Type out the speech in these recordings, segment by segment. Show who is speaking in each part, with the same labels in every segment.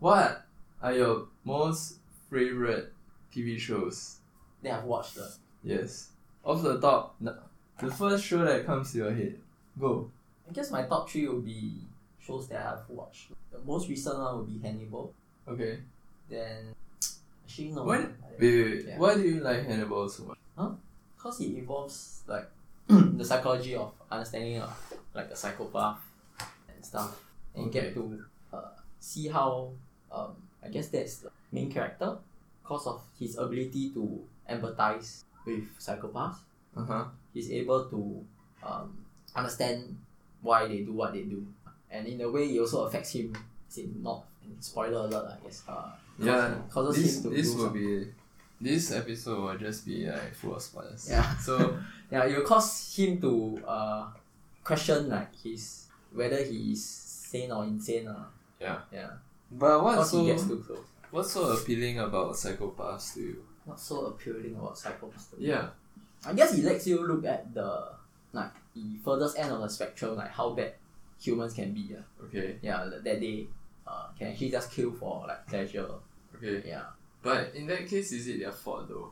Speaker 1: What are your most favorite TV shows?
Speaker 2: Then I've watched Uh, the
Speaker 1: Yes. Off the top, n- the first show that comes to your head. Go.
Speaker 2: I guess my top three would be shows that I've watched. The most recent one would be Hannibal.
Speaker 1: Okay.
Speaker 2: Then actually no.
Speaker 1: When-
Speaker 2: I-
Speaker 1: Wait, wait, wait.
Speaker 2: Yeah.
Speaker 1: Why do you like Hannibal so much?
Speaker 2: Cause it involves like the psychology of understanding of like a psychopath and stuff, and you get
Speaker 1: Okay.
Speaker 2: to uh, see how um I guess that's the main character, cause of his ability to empathize with psychopaths.
Speaker 1: Uh huh.
Speaker 2: He's able to um understand why they do what they do, and in a way it also affects him. Is it not spoiler alert? I guess. Uh, cause-
Speaker 1: Yeah.
Speaker 2: Causes
Speaker 1: This
Speaker 2: him to
Speaker 1: this
Speaker 2: do
Speaker 1: will
Speaker 2: some-
Speaker 1: be this episode will just be like full of spoilers.
Speaker 2: Yeah.
Speaker 1: So
Speaker 2: Yeah, it will cause him to uh question like his whether he is sane or insane. Uh.
Speaker 1: Yeah.
Speaker 2: Yeah.
Speaker 1: but what's
Speaker 2: Because he gets
Speaker 1: so
Speaker 2: too close.
Speaker 1: what's so appealing about psychopaths to you?
Speaker 2: Not so appealing about psychopaths.
Speaker 1: Yeah.
Speaker 2: I guess it lets you look at the like the furthest end of the spectrum, like how bad humans can be. Yeah.
Speaker 1: Okay.
Speaker 2: Yeah, that that they uh can actually just kill for like pleasure.
Speaker 1: Okay.
Speaker 2: Yeah.
Speaker 1: But in that case is it their fault though?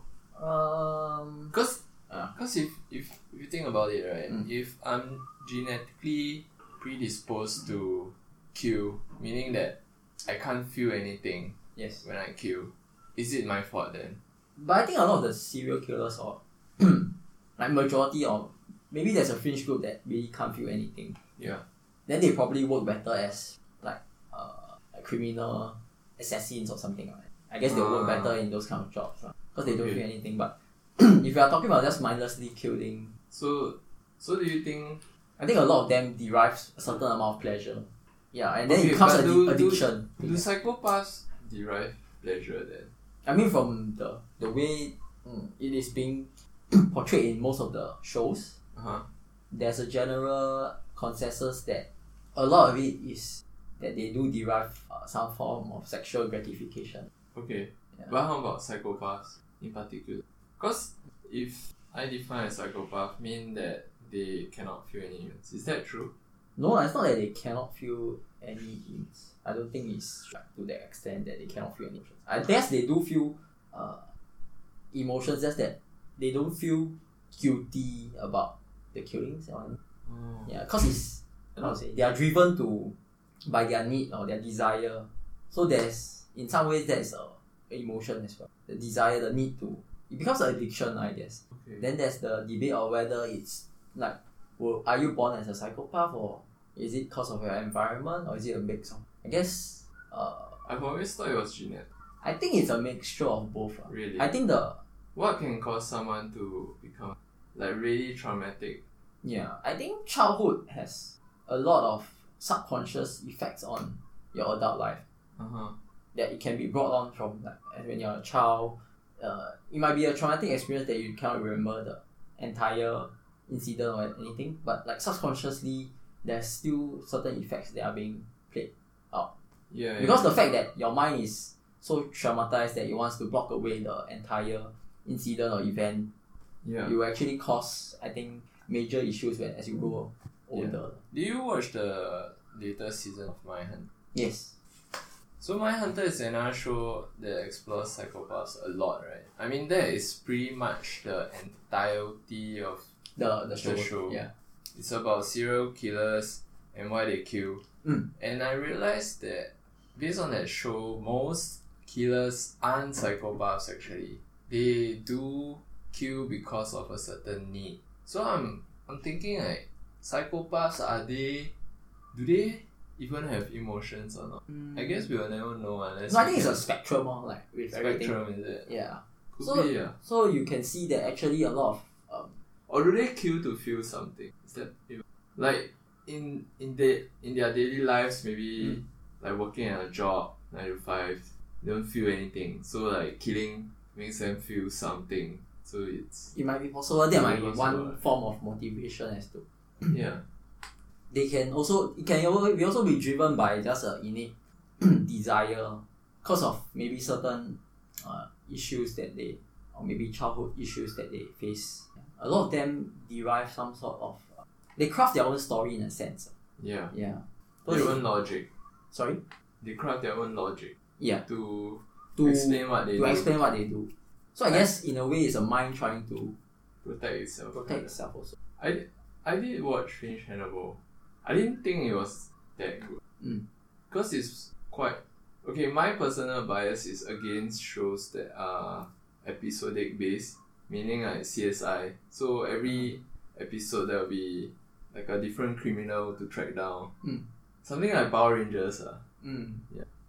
Speaker 2: Um
Speaker 1: Because
Speaker 2: Ah.
Speaker 1: because if, if if you think about it, right?
Speaker 2: Mm.
Speaker 1: If I'm genetically predisposed to kill, meaning that I can't feel anything
Speaker 2: yes.
Speaker 1: when I kill, is it my fault then?
Speaker 2: But I think a lot of the serial killers or like majority of maybe there's a fringe group that really can't feel anything.
Speaker 1: Yeah.
Speaker 2: Then they probably work better as like uh like criminal assassins or something like that. I guess they work
Speaker 1: Ah.
Speaker 2: better in those kind of jobs because they don't
Speaker 1: Okay.
Speaker 2: feel anything. But if you are talking about just mindlessly killing,
Speaker 1: So so do you think?
Speaker 2: I think a lot of them derives a certain amount of pleasure. Yeah, and then
Speaker 1: Okay,
Speaker 2: it becomes
Speaker 1: but
Speaker 2: addi-
Speaker 1: do- do-
Speaker 2: addiction.
Speaker 1: Do psychopaths derive pleasure then?
Speaker 2: I mean, from the the way mm, it is being portrayed in most of the shows.
Speaker 1: Uh huh.
Speaker 2: there's a general consensus that a lot of it is that they do derive uh, some form of sexual gratification.
Speaker 1: Okay.
Speaker 2: Yeah.
Speaker 1: But how about psychopaths in particular? Because if I define a psychopath, mean that they cannot feel any emotions. Is that true?
Speaker 2: No, it's not that they cannot feel any emotions. I don't think it's like, to that extent that they cannot feel any emotions. I guess they do feel uh, emotions, just that they don't feel guilty about the killings. you know what I mean?
Speaker 1: Oh.
Speaker 2: Yeah, because it's how to say they are driven to by their need or their desire. So there's in some ways there's a emotion as well. The desire, the need to it becomes an addiction, I guess.
Speaker 1: Okay.
Speaker 2: Then there's the debate of whether it's like well, are you born as a psychopath or is it cause of your environment or is it a mix of I guess uh
Speaker 1: I've always thought it was genetic.
Speaker 2: I think it's a mixture of both. ah.
Speaker 1: Really?
Speaker 2: I think the
Speaker 1: What can cause someone to become like really traumatic?
Speaker 2: Yeah, I think childhood has a lot of subconscious effects on your adult life
Speaker 1: Uh huh.
Speaker 2: that it can be brought on from like as when you're a child. Uh, it might be a traumatic experience that you cannot remember the entire incident or anything, but like subconsciously, there's still certain effects that are being played out
Speaker 1: Yeah.
Speaker 2: because the fact that your mind is so traumatized that it wants to block away the entire incident or event
Speaker 1: yeah.
Speaker 2: it will actually cause I think major issues when as you grow
Speaker 1: Yeah.
Speaker 2: older.
Speaker 1: Do you watch the latest season of My Hunter?
Speaker 2: Yes.
Speaker 1: So My Hunter is another show that explores psychopaths a lot, right? I mean that is pretty much the entirety of
Speaker 2: The the
Speaker 1: The
Speaker 2: show.
Speaker 1: show.
Speaker 2: Yeah.
Speaker 1: it's about serial killers and why they kill.
Speaker 2: Mm.
Speaker 1: And I realized that based on that show, most killers aren't psychopaths actually. They do kill because of a certain need. So I'm I'm thinking like psychopaths are they do they even have emotions or not? I guess we'll never know unless
Speaker 2: So I
Speaker 1: we
Speaker 2: think it's a
Speaker 1: can-
Speaker 2: spectrum more like with everything.
Speaker 1: spectrum, is it?
Speaker 2: Yeah.
Speaker 1: Could
Speaker 2: So-
Speaker 1: be yeah.
Speaker 2: So you can see that actually a lot of um,
Speaker 1: or do they kill to feel something? Is that even- like in in the in their daily lives maybe
Speaker 2: Hmm.
Speaker 1: like working at a job nine to five they don't feel anything so like killing makes them feel something so it's
Speaker 2: it might be possible there
Speaker 1: It
Speaker 2: might
Speaker 1: might
Speaker 2: be
Speaker 1: be
Speaker 2: one
Speaker 1: possible.
Speaker 2: form of motivation as to
Speaker 1: yeah
Speaker 2: they can also it can also be also be driven by just a innate desire because of maybe certain uh, issues that they or maybe childhood issues that they face. A lot of them derive some sort of uh, they craft their own story in a sense.
Speaker 1: yeah
Speaker 2: Yeah. So
Speaker 1: their
Speaker 2: they-
Speaker 1: own logic
Speaker 2: sorry.
Speaker 1: They craft their own logic
Speaker 2: Yeah.
Speaker 1: to,
Speaker 2: To
Speaker 1: explain what they
Speaker 2: to
Speaker 1: do,
Speaker 2: explain what they do. So I guess in a way it's a mind trying to
Speaker 1: protect itself.
Speaker 2: protect itself also.
Speaker 1: I, I did watch Fringe Hannibal. I didn't think it was that good.
Speaker 2: Mm.
Speaker 1: Because it's quite. Okay, my personal bias is against shows that are episodic based, meaning like CSI. So every episode there'll be like a different criminal to track down.
Speaker 2: Mm.
Speaker 1: Something like Power Rangers. ah.
Speaker 2: Mm.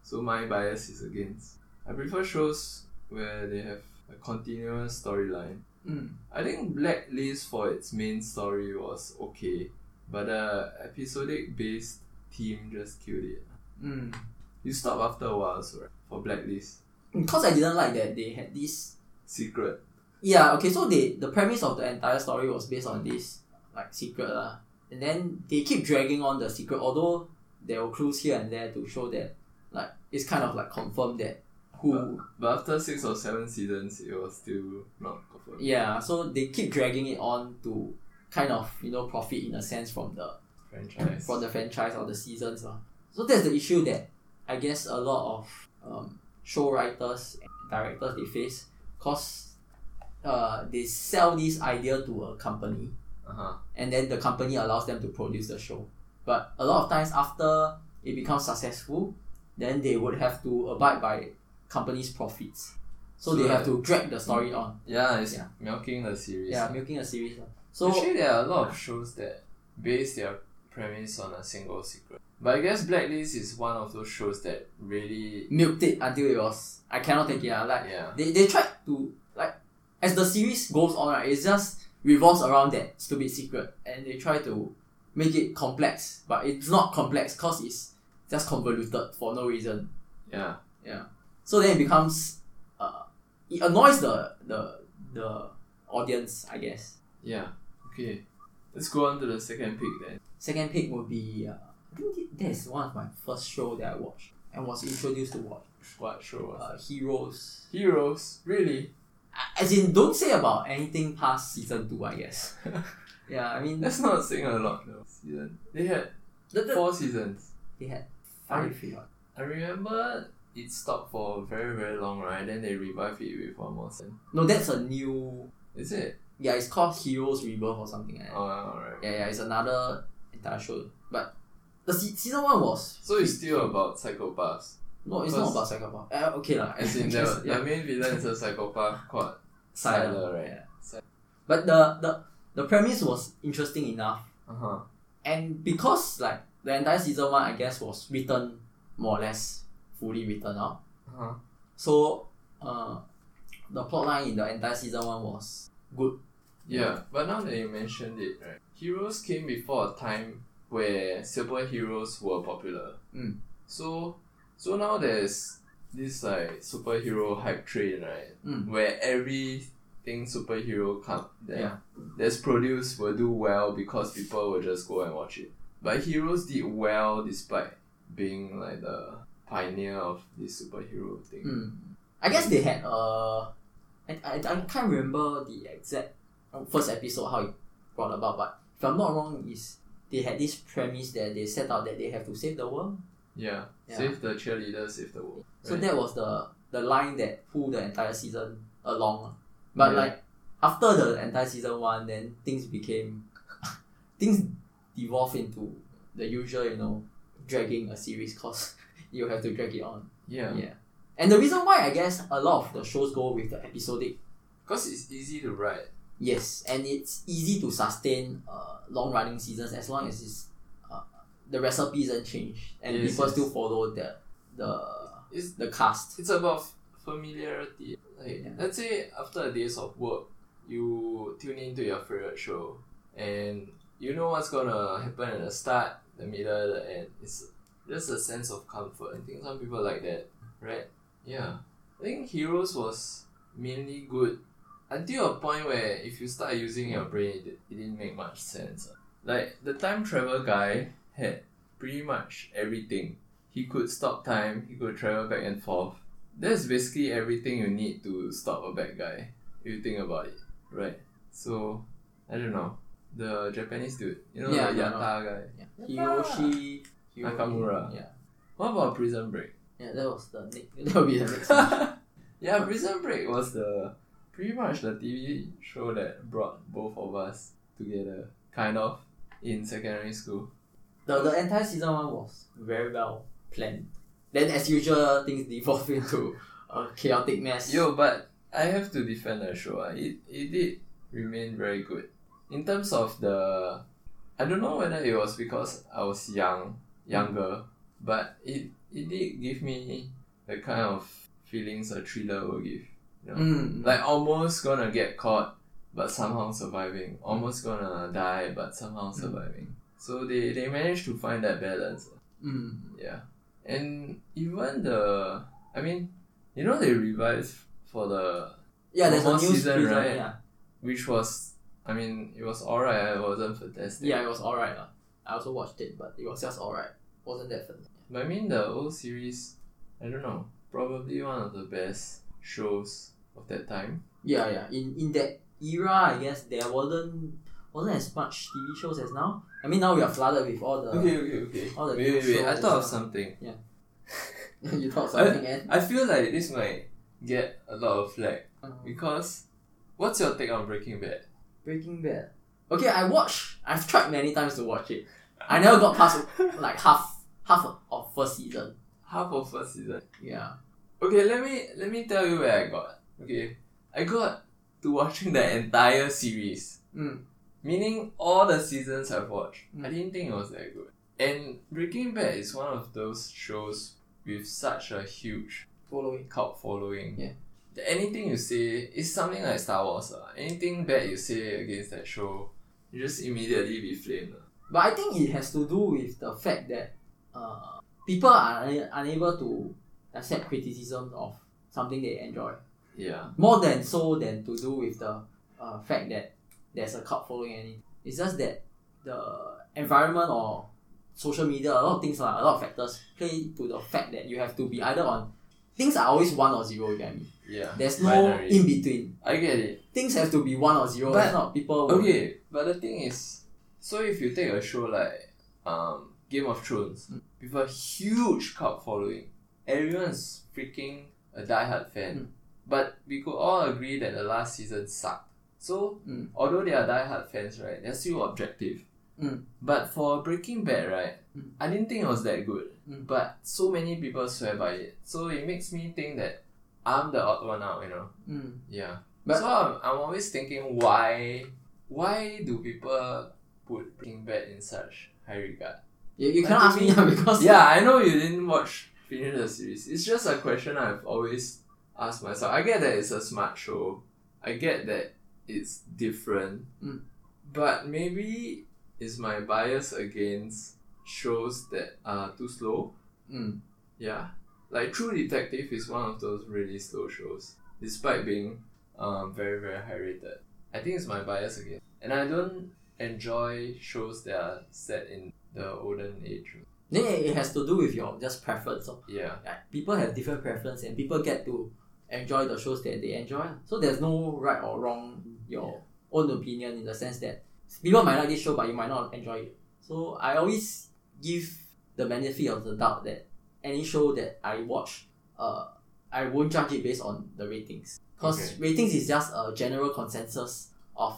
Speaker 1: So my bias is against. I prefer shows where they have a continuous storyline.
Speaker 2: Mm.
Speaker 1: I think Blacklist for its main story was okay, but the episodic based theme just killed it.
Speaker 2: Mm.
Speaker 1: You stop after a while, so right? For Blacklist,
Speaker 2: Because I didn't like that they had this
Speaker 1: Secret.
Speaker 2: Yeah, okay, so they the premise of the entire story was based on this like secret lah. And then they keep dragging on the secret, although there were clues here and there to show that like it's kind of like confirmed that who
Speaker 1: But after six or seven seasons, it was still not confirmed.
Speaker 2: yeah, so they keep dragging it on to kind of, you know, profit in a sense from the
Speaker 1: Franchise.
Speaker 2: from the franchise or the seasons lah. So that's the issue that I guess a lot of um, show writers and directors they face cause uh, they sell this idea to a company
Speaker 1: Uh huh.
Speaker 2: and then the company allows them to produce the show. But a lot of times after it becomes successful, then they would have to abide by company's profits. So,
Speaker 1: So
Speaker 2: they have
Speaker 1: that-
Speaker 2: to drag the story on.
Speaker 1: Yeah, it's
Speaker 2: Yeah.
Speaker 1: milking the series.
Speaker 2: Yeah, making a series. lah. So
Speaker 1: Actually, there are a lot of shows that base their premise on a single secret. But I guess Blacklist is one of those shows that really.
Speaker 2: milked it until it was I cannot take it. ah. Like
Speaker 1: Yeah.
Speaker 2: they, they tried to like as the series goes on, right, it just revolves around that stupid secret and they try to make it complex, but it's not complex because it's just convoluted for no reason.
Speaker 1: Yeah.
Speaker 2: So then it becomes uh, it annoys the the the audience, I guess.
Speaker 1: Yeah. Okay. Let's go on to the second pick then.
Speaker 2: Second pick would be uh, I think th- that is one of my first show that I watched and was introduced to watch
Speaker 1: What show was
Speaker 2: uh, Heroes.
Speaker 1: it? Heroes, really?
Speaker 2: As in, don't say about anything past season two, I guess. yeah, I mean, the,
Speaker 1: That's not saying a lot though. Season they had
Speaker 2: the,
Speaker 1: four seasons.
Speaker 2: they had five. yeah.
Speaker 1: I remember it stopped for very very long, right? Then they revived it with one more season.
Speaker 2: No, that's a new.
Speaker 1: Is it?
Speaker 2: Yeah, it's called Heroes Rebirth or something like that.
Speaker 1: Oh, alright.
Speaker 2: Yeah, yeah, it's another entire show, but the se- season one was
Speaker 1: So it's still about psychopaths.
Speaker 2: No, it's not about
Speaker 1: Because-
Speaker 2: psychopath. Uh, okay lah.
Speaker 1: As in the,
Speaker 2: Just- yeah.
Speaker 1: the main villain is a psychopath called
Speaker 2: Siler,
Speaker 1: Siler, right?
Speaker 2: yeah.
Speaker 1: Si-
Speaker 2: But the, the the premise was interesting enough,
Speaker 1: Uh huh.
Speaker 2: and because like the entire season one, I guess, was written more or less fully written out.
Speaker 1: Uh huh.
Speaker 2: So, uh, the plot line in the entire season one was good.
Speaker 1: Yeah, but now that you mentioned it, right? Heroes came before a time where superheroes were popular.
Speaker 2: Mm.
Speaker 1: So so now there's this like superhero hype train, right?
Speaker 2: Mm.
Speaker 1: Where everything superhero come that,
Speaker 2: Yeah.
Speaker 1: that's produced will do well because people will just go and watch it. But heroes did well despite being like the pioneer of this superhero thing.
Speaker 2: Mm. I guess they had uh, I, I, I can't remember the exact oh, first episode how it brought about, but if I'm not wrong, is they had this premise that they set out that they have to save the world.
Speaker 1: Yeah.
Speaker 2: Yeah.
Speaker 1: Save the cheerleader, save the world.
Speaker 2: So
Speaker 1: right?
Speaker 2: that was the the line that pulled the entire season along. lah. But
Speaker 1: Yeah.
Speaker 2: like after the entire season one, then things became things devolved into the usual, you know, dragging a series cause you have to drag it on.
Speaker 1: yeah.
Speaker 2: Yeah. And the reason why I guess a lot of the shows go with the episodic,
Speaker 1: Because it's easy to write.
Speaker 2: yes, and it's easy to sustain uh, long running seasons as long as it's uh, the recipe isn't changed and
Speaker 1: Yes,
Speaker 2: people
Speaker 1: yes.
Speaker 2: still follow the the
Speaker 1: It's
Speaker 2: the cast.
Speaker 1: it's about f- familiarity. Like
Speaker 2: Yeah.
Speaker 1: let's say after a days of work, you tune into your favorite show, and you know what's gonna happen at the start, the middle, the end. It's just a sense of comfort. I think some people like that, right? Yeah, I think Heroes was mainly good until a point where if you start using your brain, it, it didn't make much sense. Like the time travel guy had pretty much everything. He could stop time. He could travel back and forth. That's basically everything you need to stop a bad guy. If you think about it, right? So I don't know the Japanese dude. You know
Speaker 2: Yeah,
Speaker 1: the
Speaker 2: I
Speaker 1: Yata
Speaker 2: know.
Speaker 1: guy.
Speaker 2: Hiroshi Hiro-
Speaker 1: Nakamura.
Speaker 2: Yeah.
Speaker 1: What about Prison Break?
Speaker 2: Yeah, that was the ne- that would be the next. one.
Speaker 1: Yeah, Prison Break was the pretty much the TV show that brought both of us together, kind of, in secondary school.
Speaker 2: the the entire season one was very well planned. Then as usual, things devolve into a chaotic mess.
Speaker 1: Yo, but I have to defend the show. ah. It it did remain very good in terms of the. I don't know whether it was because I was young, younger, but it it did give me the kind of feelings a thriller will give. You know?
Speaker 2: Mm.
Speaker 1: Like almost gonna get caught, but somehow surviving. Almost gonna die, but somehow surviving. So they, they managed to find that balance.
Speaker 2: mm.
Speaker 1: Yeah. And even the I mean, you know they revised for the
Speaker 2: Yeah, there's
Speaker 1: The
Speaker 2: a new
Speaker 1: whole season,
Speaker 2: season,
Speaker 1: right?
Speaker 2: Yeah.
Speaker 1: which was I mean it was alright, it wasn't fantastic.
Speaker 2: yeah, it was alright. lah. I also watched it, but it was just alright. Wasn't that fun?
Speaker 1: But I mean the old series, I don't know, probably one of the best shows of that time.
Speaker 2: Yeah, yeah. In in that era, I guess there wasn't wasn't as much TV shows as now. I mean, now we are flooded with all the.
Speaker 1: okay, okay.
Speaker 2: Uh, all the
Speaker 1: wait,
Speaker 2: new
Speaker 1: wait, wait. I
Speaker 2: shows
Speaker 1: thought of
Speaker 2: are-
Speaker 1: something.
Speaker 2: Yeah. you thought something, eh? and
Speaker 1: I feel like this might get a lot of flack
Speaker 2: Uh,
Speaker 1: because what's your take on Breaking Bad?
Speaker 2: Breaking Bad. Okay, I watch. I've tried many times to watch it. I never got past like half half of first season.
Speaker 1: Half of first season.
Speaker 2: Yeah.
Speaker 1: Okay, let me let me tell you where I got. Okay, I got to watching the entire series,
Speaker 2: Mm.
Speaker 1: meaning all the seasons I've watched.
Speaker 2: Mm.
Speaker 1: I didn't think it was that good. And Breaking Bad is one of those shows with such a huge
Speaker 2: Following.
Speaker 1: cult following.
Speaker 2: Yeah.
Speaker 1: That anything you say is something like Star Wars. ah. Anything bad you say against that show, you just immediately be flamed. ah.
Speaker 2: But I think it has to do with the fact that uh, people are una- unable to accept criticism of something they enjoy.
Speaker 1: Yeah.
Speaker 2: More than so than to do with the uh, fact that there's a cult following and it- It's just that the environment or social media, a lot of things, lah, a lot of factors play to the fact that you have to be either on. Things are always one or zero, you get me?
Speaker 1: Yeah.
Speaker 2: There's no
Speaker 1: Binary.
Speaker 2: in between.
Speaker 1: I get it.
Speaker 2: Things have to be one or zero.
Speaker 1: But-
Speaker 2: if not, people will.
Speaker 1: Okay, but the thing is, so if you take a show like um, Game of Thrones
Speaker 2: Mm.
Speaker 1: with a huge cult following, everyone's freaking a diehard fan.
Speaker 2: Mm.
Speaker 1: But we could all agree that the last season sucked. So
Speaker 2: Mm.
Speaker 1: although they are diehard fans, right, they're still objective.
Speaker 2: Mm.
Speaker 1: But for Breaking Bad, right,
Speaker 2: Mm.
Speaker 1: I didn't think it was that good.
Speaker 2: Mm.
Speaker 1: But so many people swear by it, so it makes me think that I'm the odd one out, you know.
Speaker 2: Mm.
Speaker 1: Yeah.
Speaker 2: But-
Speaker 1: so I'm, I'm always thinking why why do people put Breaking Bad in such high regard?
Speaker 2: You, you
Speaker 1: But
Speaker 2: cannot ask
Speaker 1: to
Speaker 2: me because.
Speaker 1: Yeah, I know you didn't watch finish the series. It's just a question I've always asked myself. I get that it's a smart show. I get that it's different.
Speaker 2: Mm.
Speaker 1: But maybe is my bias against shows that are too slow.
Speaker 2: Mm.
Speaker 1: Yeah. Like True Detective is one of those really slow shows, despite being um, very, very high rated. I think it's my bias again. And I don't enjoy shows that are set in the olden age.
Speaker 2: Then it it has to do with your just preference. So,
Speaker 1: Yeah.
Speaker 2: like, uh, people have different preference and people get to enjoy the shows that they enjoy. So there's no right or wrong your own opinion in the sense that people might like this show but you might not enjoy it. So I always give the benefit of the doubt that any show that I watch, uh, I won't judge it based on the ratings. Because
Speaker 1: Okay.
Speaker 2: ratings is just a general consensus of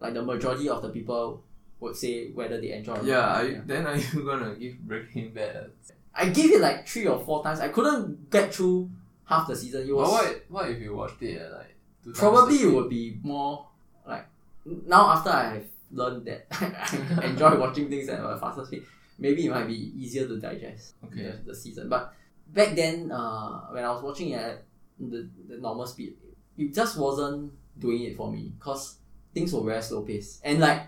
Speaker 2: like the majority of the people would say whether they enjoy or not.
Speaker 1: Yeah, are you, then are you gonna give Breaking Bad a
Speaker 2: I gave it like three or four times. I couldn't get through half the season. It
Speaker 1: But
Speaker 2: was
Speaker 1: what, what if you watched it at like two times
Speaker 2: probably
Speaker 1: a
Speaker 2: it would be more like now after I have learned that I enjoy watching things at a faster speed. Maybe it might be easier to digest
Speaker 1: Okay.
Speaker 2: the, the season. But back then, uh, when I was watching it at the, the normal speed, it just wasn't doing it for me because things were very slow paced. And like,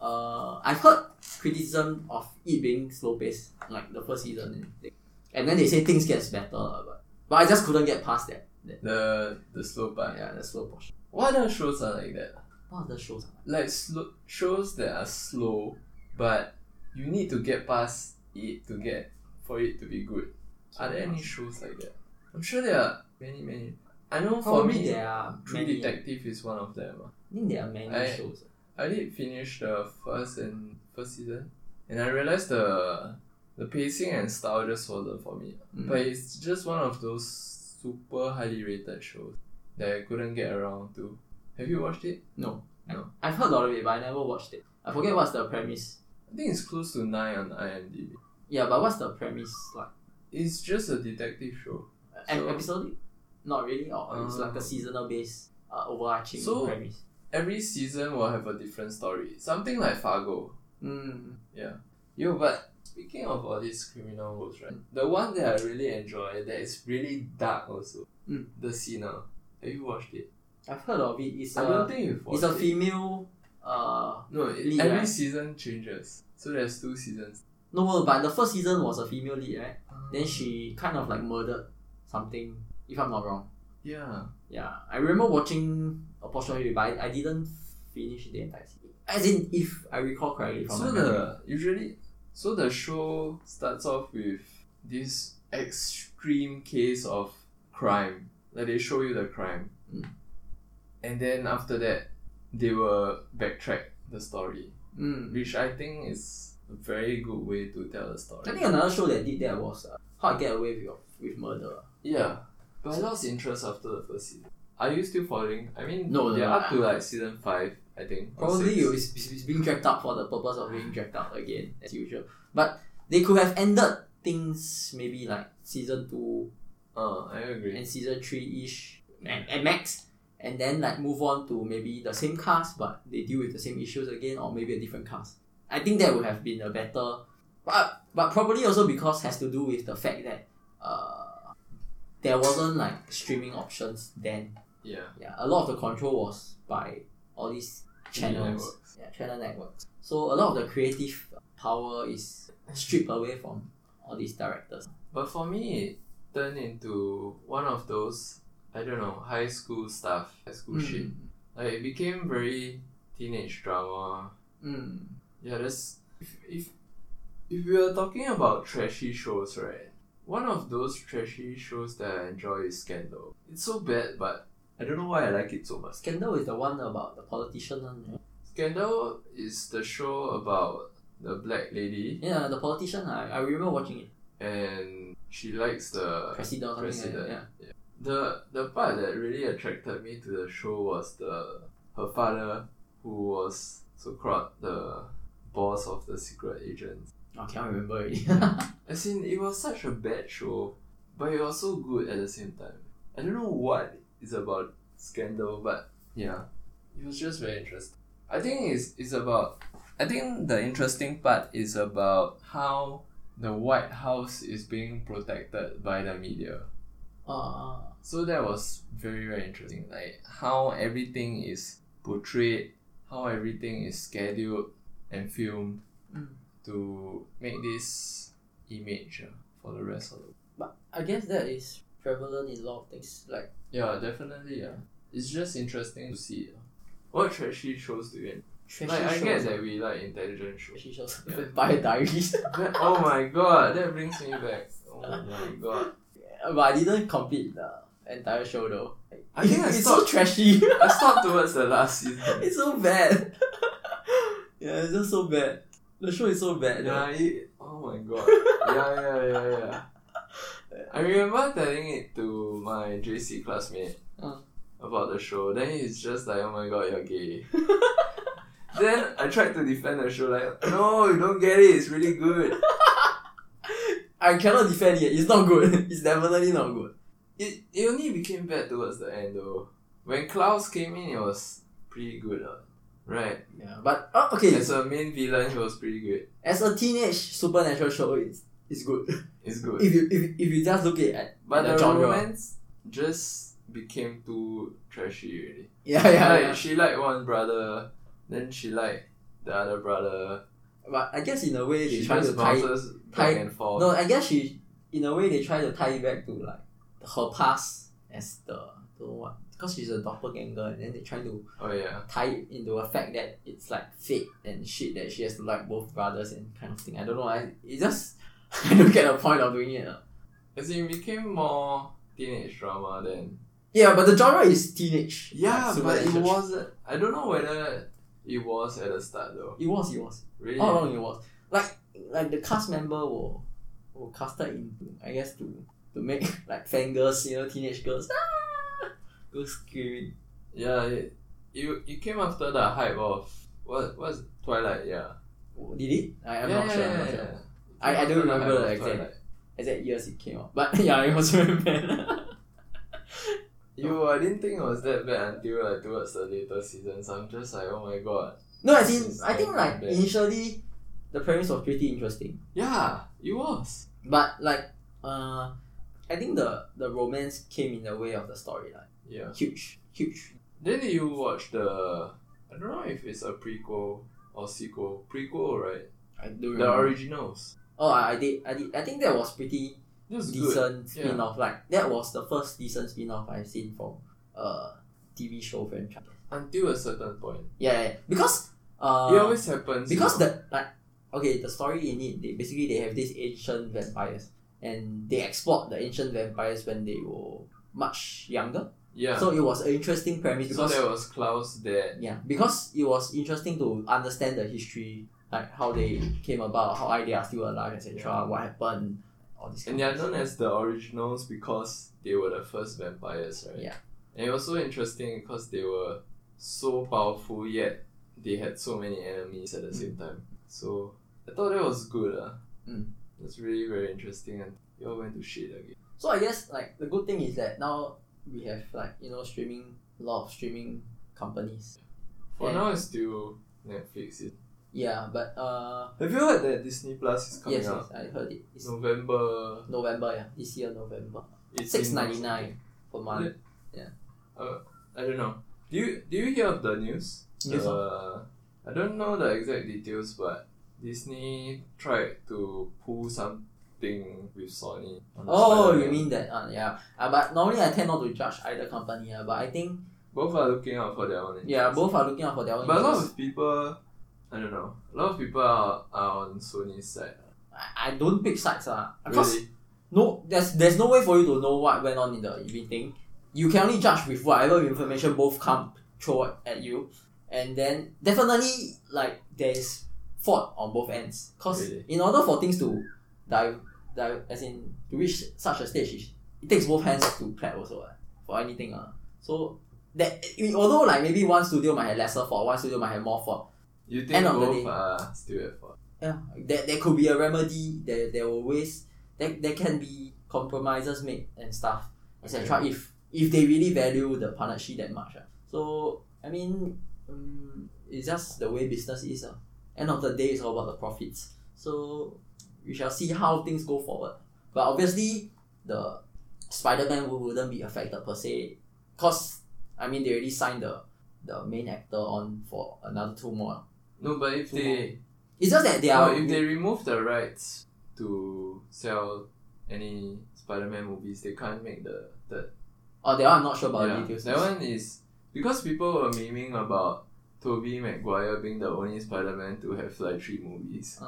Speaker 2: uh, I've heard criticism of it being slow paced, like the first season. And, thing. and then they say things gets better, lah, but, but I just couldn't get past that. that
Speaker 1: The the slow part.
Speaker 2: yeah, the slow portion.
Speaker 1: What other shows are like that?
Speaker 2: What other shows? are
Speaker 1: Like slow shows that are slow, but you need to get past it to get for it to be good. Are there any shows like that? I'm sure there are many many. I know for
Speaker 2: Probably
Speaker 1: me,
Speaker 2: there are
Speaker 1: True
Speaker 2: many. I
Speaker 1: Detective is one of them. ah.
Speaker 2: think there are many
Speaker 1: I-
Speaker 2: shows.
Speaker 1: I did finish the first and first season, and I realized the The pacing and style just wasn't for me.
Speaker 2: Mm.
Speaker 1: But it's just one of those super highly rated shows that I couldn't get around to. Have you watched it?
Speaker 2: No.
Speaker 1: No.
Speaker 2: I've heard a lot of it, but I never watched it. I forget what's the premise.
Speaker 1: I think it's close to 9 on IMDb.
Speaker 2: Yeah, but what's the premise like?
Speaker 1: It's just a detective show.
Speaker 2: An
Speaker 1: So-
Speaker 2: episode? Not really, or it's
Speaker 1: Uh,
Speaker 2: like a seasonal based uh, overarching
Speaker 1: So-
Speaker 2: premise.
Speaker 1: Every season will have a different story. Something like Fargo.
Speaker 2: Mm.
Speaker 1: Yeah. Yo, but speaking of all these criminal works, right? The one that I really enjoy that is really dark also.
Speaker 2: Mm.
Speaker 1: The Sinner. Have you watched it?
Speaker 2: I've heard of it. It's
Speaker 1: I don't
Speaker 2: a,
Speaker 1: think you've watched
Speaker 2: it's a
Speaker 1: it.
Speaker 2: female. Uh,
Speaker 1: No, it,
Speaker 2: lead,
Speaker 1: every
Speaker 2: right?
Speaker 1: season changes. So there's two seasons.
Speaker 2: no, no, but the first season was a female lead, right? Then she kind of like murdered something, if I'm not wrong.
Speaker 1: Yeah.
Speaker 2: Yeah, I remember watching a portion of it, but I, I didn't finish the entire season. As in, if I recall correctly from
Speaker 1: So
Speaker 2: my memory.
Speaker 1: the usually so the show starts off with this extreme case of crime. Like they show you the crime.
Speaker 2: Mm.
Speaker 1: And then after that they will backtrack the story.
Speaker 2: Mm.
Speaker 1: Which I think is a very good way to tell the story.
Speaker 2: I think another show that did that was uh, How I Get Away with, Your- with Murder.
Speaker 1: Yeah. But I lost interest after the first season. Are you still following? I mean
Speaker 2: No, no,
Speaker 1: they're
Speaker 2: no,
Speaker 1: up to
Speaker 2: I-
Speaker 1: like season five, I think. or
Speaker 2: Probably
Speaker 1: six.
Speaker 2: it was, it's it's being dragged out for the purpose of being dragged out again, as usual. But they could have ended things maybe like season 2
Speaker 1: Uh, I agree.
Speaker 2: and season 3 ish at, at max, and then like move on to maybe the same cast but they deal with the same issues again, or maybe a different cast. I think that would have been a better. But, but probably also because has to do with the fact that uh, there wasn't like streaming options then.
Speaker 1: yeah.
Speaker 2: Yeah, a lot of the control was by all these channels
Speaker 1: Networks.
Speaker 2: yeah, channel networks. So a lot of the creative power is stripped away from all these directors.
Speaker 1: But for me, it turned into one of those, I don't know, high school stuff, high school
Speaker 2: Hmm.
Speaker 1: shit. Like, it became very teenage drama.
Speaker 2: Mm.
Speaker 1: Yeah, that's. If, if, if we are talking about trashy shows, right? One of those trashy shows that I enjoy is Scandal. It's so bad, but I don't know why I like it so much.
Speaker 2: Scandal is the one about the politician one. right?
Speaker 1: Scandal is the show about the black lady,
Speaker 2: Yeah, the politician. I, I remember watching it.
Speaker 1: and she likes the
Speaker 2: President or something like
Speaker 1: President.
Speaker 2: that.
Speaker 1: Oh,
Speaker 2: Yeah.
Speaker 1: yeah. The the part that really attracted me to the show was the her father who was so called the boss of the secret agents.
Speaker 2: I can't remember already.
Speaker 1: As in it was such a bad show, but it was so good at the same time. I don't know what is about scandal, but yeah. It was just very interesting. I think it's it's about I think the interesting part is about how the White House is being protected by the media.
Speaker 2: uh,
Speaker 1: So that was very very interesting. Like how everything is portrayed, how everything is scheduled and filmed
Speaker 2: mm.
Speaker 1: to make this image uh, for the rest of the
Speaker 2: But I guess that is prevalent in a lot of things. Like
Speaker 1: Yeah, definitely. Yeah, it's just interesting to see. uh. What trashy shows do you
Speaker 2: trashy
Speaker 1: like? I
Speaker 2: shows.
Speaker 1: guess that we like intelligent shows.
Speaker 2: Trashy shows.
Speaker 1: Yeah.
Speaker 2: Vampire Diaries.
Speaker 1: But- oh my god, that brings me back. Oh my god,
Speaker 2: but I didn't complete the entire show though.
Speaker 1: I think I
Speaker 2: it's so
Speaker 1: stopped-
Speaker 2: trashy.
Speaker 1: I stopped towards the last season.
Speaker 2: It's so bad. yeah, it's just so bad. The show is so bad.
Speaker 1: Yeah,
Speaker 2: though.
Speaker 1: it, oh my god. yeah, yeah, yeah, yeah. I remember telling it to my JC classmate
Speaker 2: Uh.
Speaker 1: about the show. Then he's just like, oh my god, you're gay. then I tried to defend the show, like, no, you don't get it, it's really good.
Speaker 2: I cannot defend it. It's not good. it's definitely not good.
Speaker 1: It, it only became bad towards the end though. When Klaus came in, it was pretty good. Uh, right.
Speaker 2: Yeah, but uh, okay.
Speaker 1: As a main villain, he was pretty good.
Speaker 2: As a teenage supernatural show, it's it's good.
Speaker 1: It's good.
Speaker 2: if you if, if you just look at it,
Speaker 1: But
Speaker 2: the
Speaker 1: the,
Speaker 2: genre.
Speaker 1: romance just became too trashy already.
Speaker 2: yeah, yeah,
Speaker 1: like
Speaker 2: yeah.
Speaker 1: she liked one brother, then she liked the other brother.
Speaker 2: But I guess in a way they
Speaker 1: She
Speaker 2: try
Speaker 1: just
Speaker 2: to tie. It,
Speaker 1: bounces back
Speaker 2: tie-
Speaker 1: and forth.
Speaker 2: no, I guess she in a way they try to tie it back to like her past as the don't know what because she's a doppelganger and then they try to
Speaker 1: Oh yeah,
Speaker 2: tie it into a fact that it's like fate and shit that she has to like both brothers and kind of thing. I don't know. I it just I don't get the point of doing it. ah.
Speaker 1: as in it became more teenage drama then.
Speaker 2: Yeah, but the genre is teenage.
Speaker 1: Yeah,
Speaker 2: Like, super
Speaker 1: but it
Speaker 2: teenage.
Speaker 1: wasn't. I don't know whether it was at the start though.
Speaker 2: It was. It was.
Speaker 1: Really,
Speaker 2: All along it was. Like like the cast member were were casted into, I guess, to to make like fangirls, you know, teenage girls, ah, go screaming.
Speaker 1: Yeah, it, you you came after the hype of what was Twilight? Yeah,
Speaker 2: Oh, did it? I, I'm
Speaker 1: yeah,
Speaker 2: not sure. I'm
Speaker 1: yeah,
Speaker 2: not sure.
Speaker 1: yeah.
Speaker 2: I- I don't
Speaker 1: After
Speaker 2: remember
Speaker 1: hype
Speaker 2: the
Speaker 1: of
Speaker 2: exact-
Speaker 1: Twilight.
Speaker 2: Exact years it came out, but yeah, it was very bad. Oh.
Speaker 1: You, I didn't think it was that bad until like towards the later seasons. I'm just like, oh my god.
Speaker 2: no, I think
Speaker 1: It's
Speaker 2: I think
Speaker 1: so
Speaker 2: like
Speaker 1: bad.
Speaker 2: initially, the premise was pretty interesting.
Speaker 1: Yeah, it was.
Speaker 2: But like uh I think the the romance came in the way of the storyline.
Speaker 1: Yeah.
Speaker 2: Huge, huge.
Speaker 1: Then you watch the I don't know if it's a prequel or sequel. Prequel, right?
Speaker 2: I do
Speaker 1: The
Speaker 2: remember.
Speaker 1: originals.
Speaker 2: oh, I, I did, I did. I think that was pretty
Speaker 1: It was good.
Speaker 2: decent
Speaker 1: yeah.
Speaker 2: spin off. Like that was the first decent spin off I've seen from uh TV show franchise.
Speaker 1: Until a certain point.
Speaker 2: Yeah, yeah, yeah. because uh
Speaker 1: it always happens.
Speaker 2: because
Speaker 1: you know?
Speaker 2: the like okay the story in it they basically they have these ancient vampires and they export the ancient vampires when they were much younger.
Speaker 1: Yeah. So,
Speaker 2: So it was an interesting premise because
Speaker 1: there was Klaus there.
Speaker 2: Yeah, because it was interesting to understand the history, like how they came about, how I- they are still alive, etc.
Speaker 1: Yeah.
Speaker 2: What happened, all this.
Speaker 1: And
Speaker 2: Kind
Speaker 1: they
Speaker 2: of
Speaker 1: are known as the originals because they were the first vampires, right?
Speaker 2: Yeah.
Speaker 1: And it was so interesting because they were so powerful yet they had so many enemies at the same time. So I thought that was good. Uh.
Speaker 2: Mm.
Speaker 1: It was really very interesting and it all went to shit again.
Speaker 2: So I guess like the good thing is that now we have like you know streaming a lot of streaming companies.
Speaker 1: For
Speaker 2: Yeah.
Speaker 1: now it's still Netflix. It-
Speaker 2: Yeah, but uh
Speaker 1: Have you heard that Disney Plus is coming
Speaker 2: yes,
Speaker 1: out?
Speaker 2: yes, I heard it. It's
Speaker 1: November
Speaker 2: November, yeah, this year November.
Speaker 1: 18 or
Speaker 2: Six ninety nine per
Speaker 1: something.
Speaker 2: month.
Speaker 1: Uh, I don't know. Do you do you hear of the news?
Speaker 2: News
Speaker 1: uh, I don't know the exact details, but Disney tried to pull something with Sony. on the
Speaker 2: Oh, you
Speaker 1: Spider-Man.
Speaker 2: mean that? Uh, yeah. Uh, but normally I tend not to judge either company. Uh, but I think
Speaker 1: both are looking out for their own? Interests.
Speaker 2: yeah, both are looking out for their own.
Speaker 1: But a lot
Speaker 2: interests.
Speaker 1: of people, I don't know. A lot of people are, are on Sony's side.
Speaker 2: I, I don't pick sides. Uh, because
Speaker 1: Really?
Speaker 2: No, there's there's no way for you to know what went on in the meeting. You can only judge with whatever information both come throw at you, and then definitely like there's fault on both ends. Cause
Speaker 1: Really?
Speaker 2: in order for things to dive dive as in to reach such a stage, it, it takes both hands to clap also uh, for anything uh. So that I mean, although like maybe one studio might have lesser fault, one studio might have more fault.
Speaker 1: You think
Speaker 2: end of the
Speaker 1: both
Speaker 2: day.
Speaker 1: are still at fault?
Speaker 2: Yeah, there, there could be a remedy. There, there were ways. There, there can be compromises made and stuff, etc. If if they really value the partnership that much, ah. so I mean, um, it's just the way business is. ah. End of the day, it's all about the profits. So we shall see how things go forward. But obviously, the Spider Man wouldn't be affected per se, cause I mean they already signed the the main actor on for another two more. ah.
Speaker 1: No, but if they
Speaker 2: It's just that they
Speaker 1: no,
Speaker 2: are
Speaker 1: if they remove the rights to sell any Spider-Man movies, they can't make the the
Speaker 2: Oh, that one I'm not sure about the
Speaker 1: Yeah,
Speaker 2: details.
Speaker 1: that one is because people were memeing about Toby Maguire being the only Spider Man to have like three movies.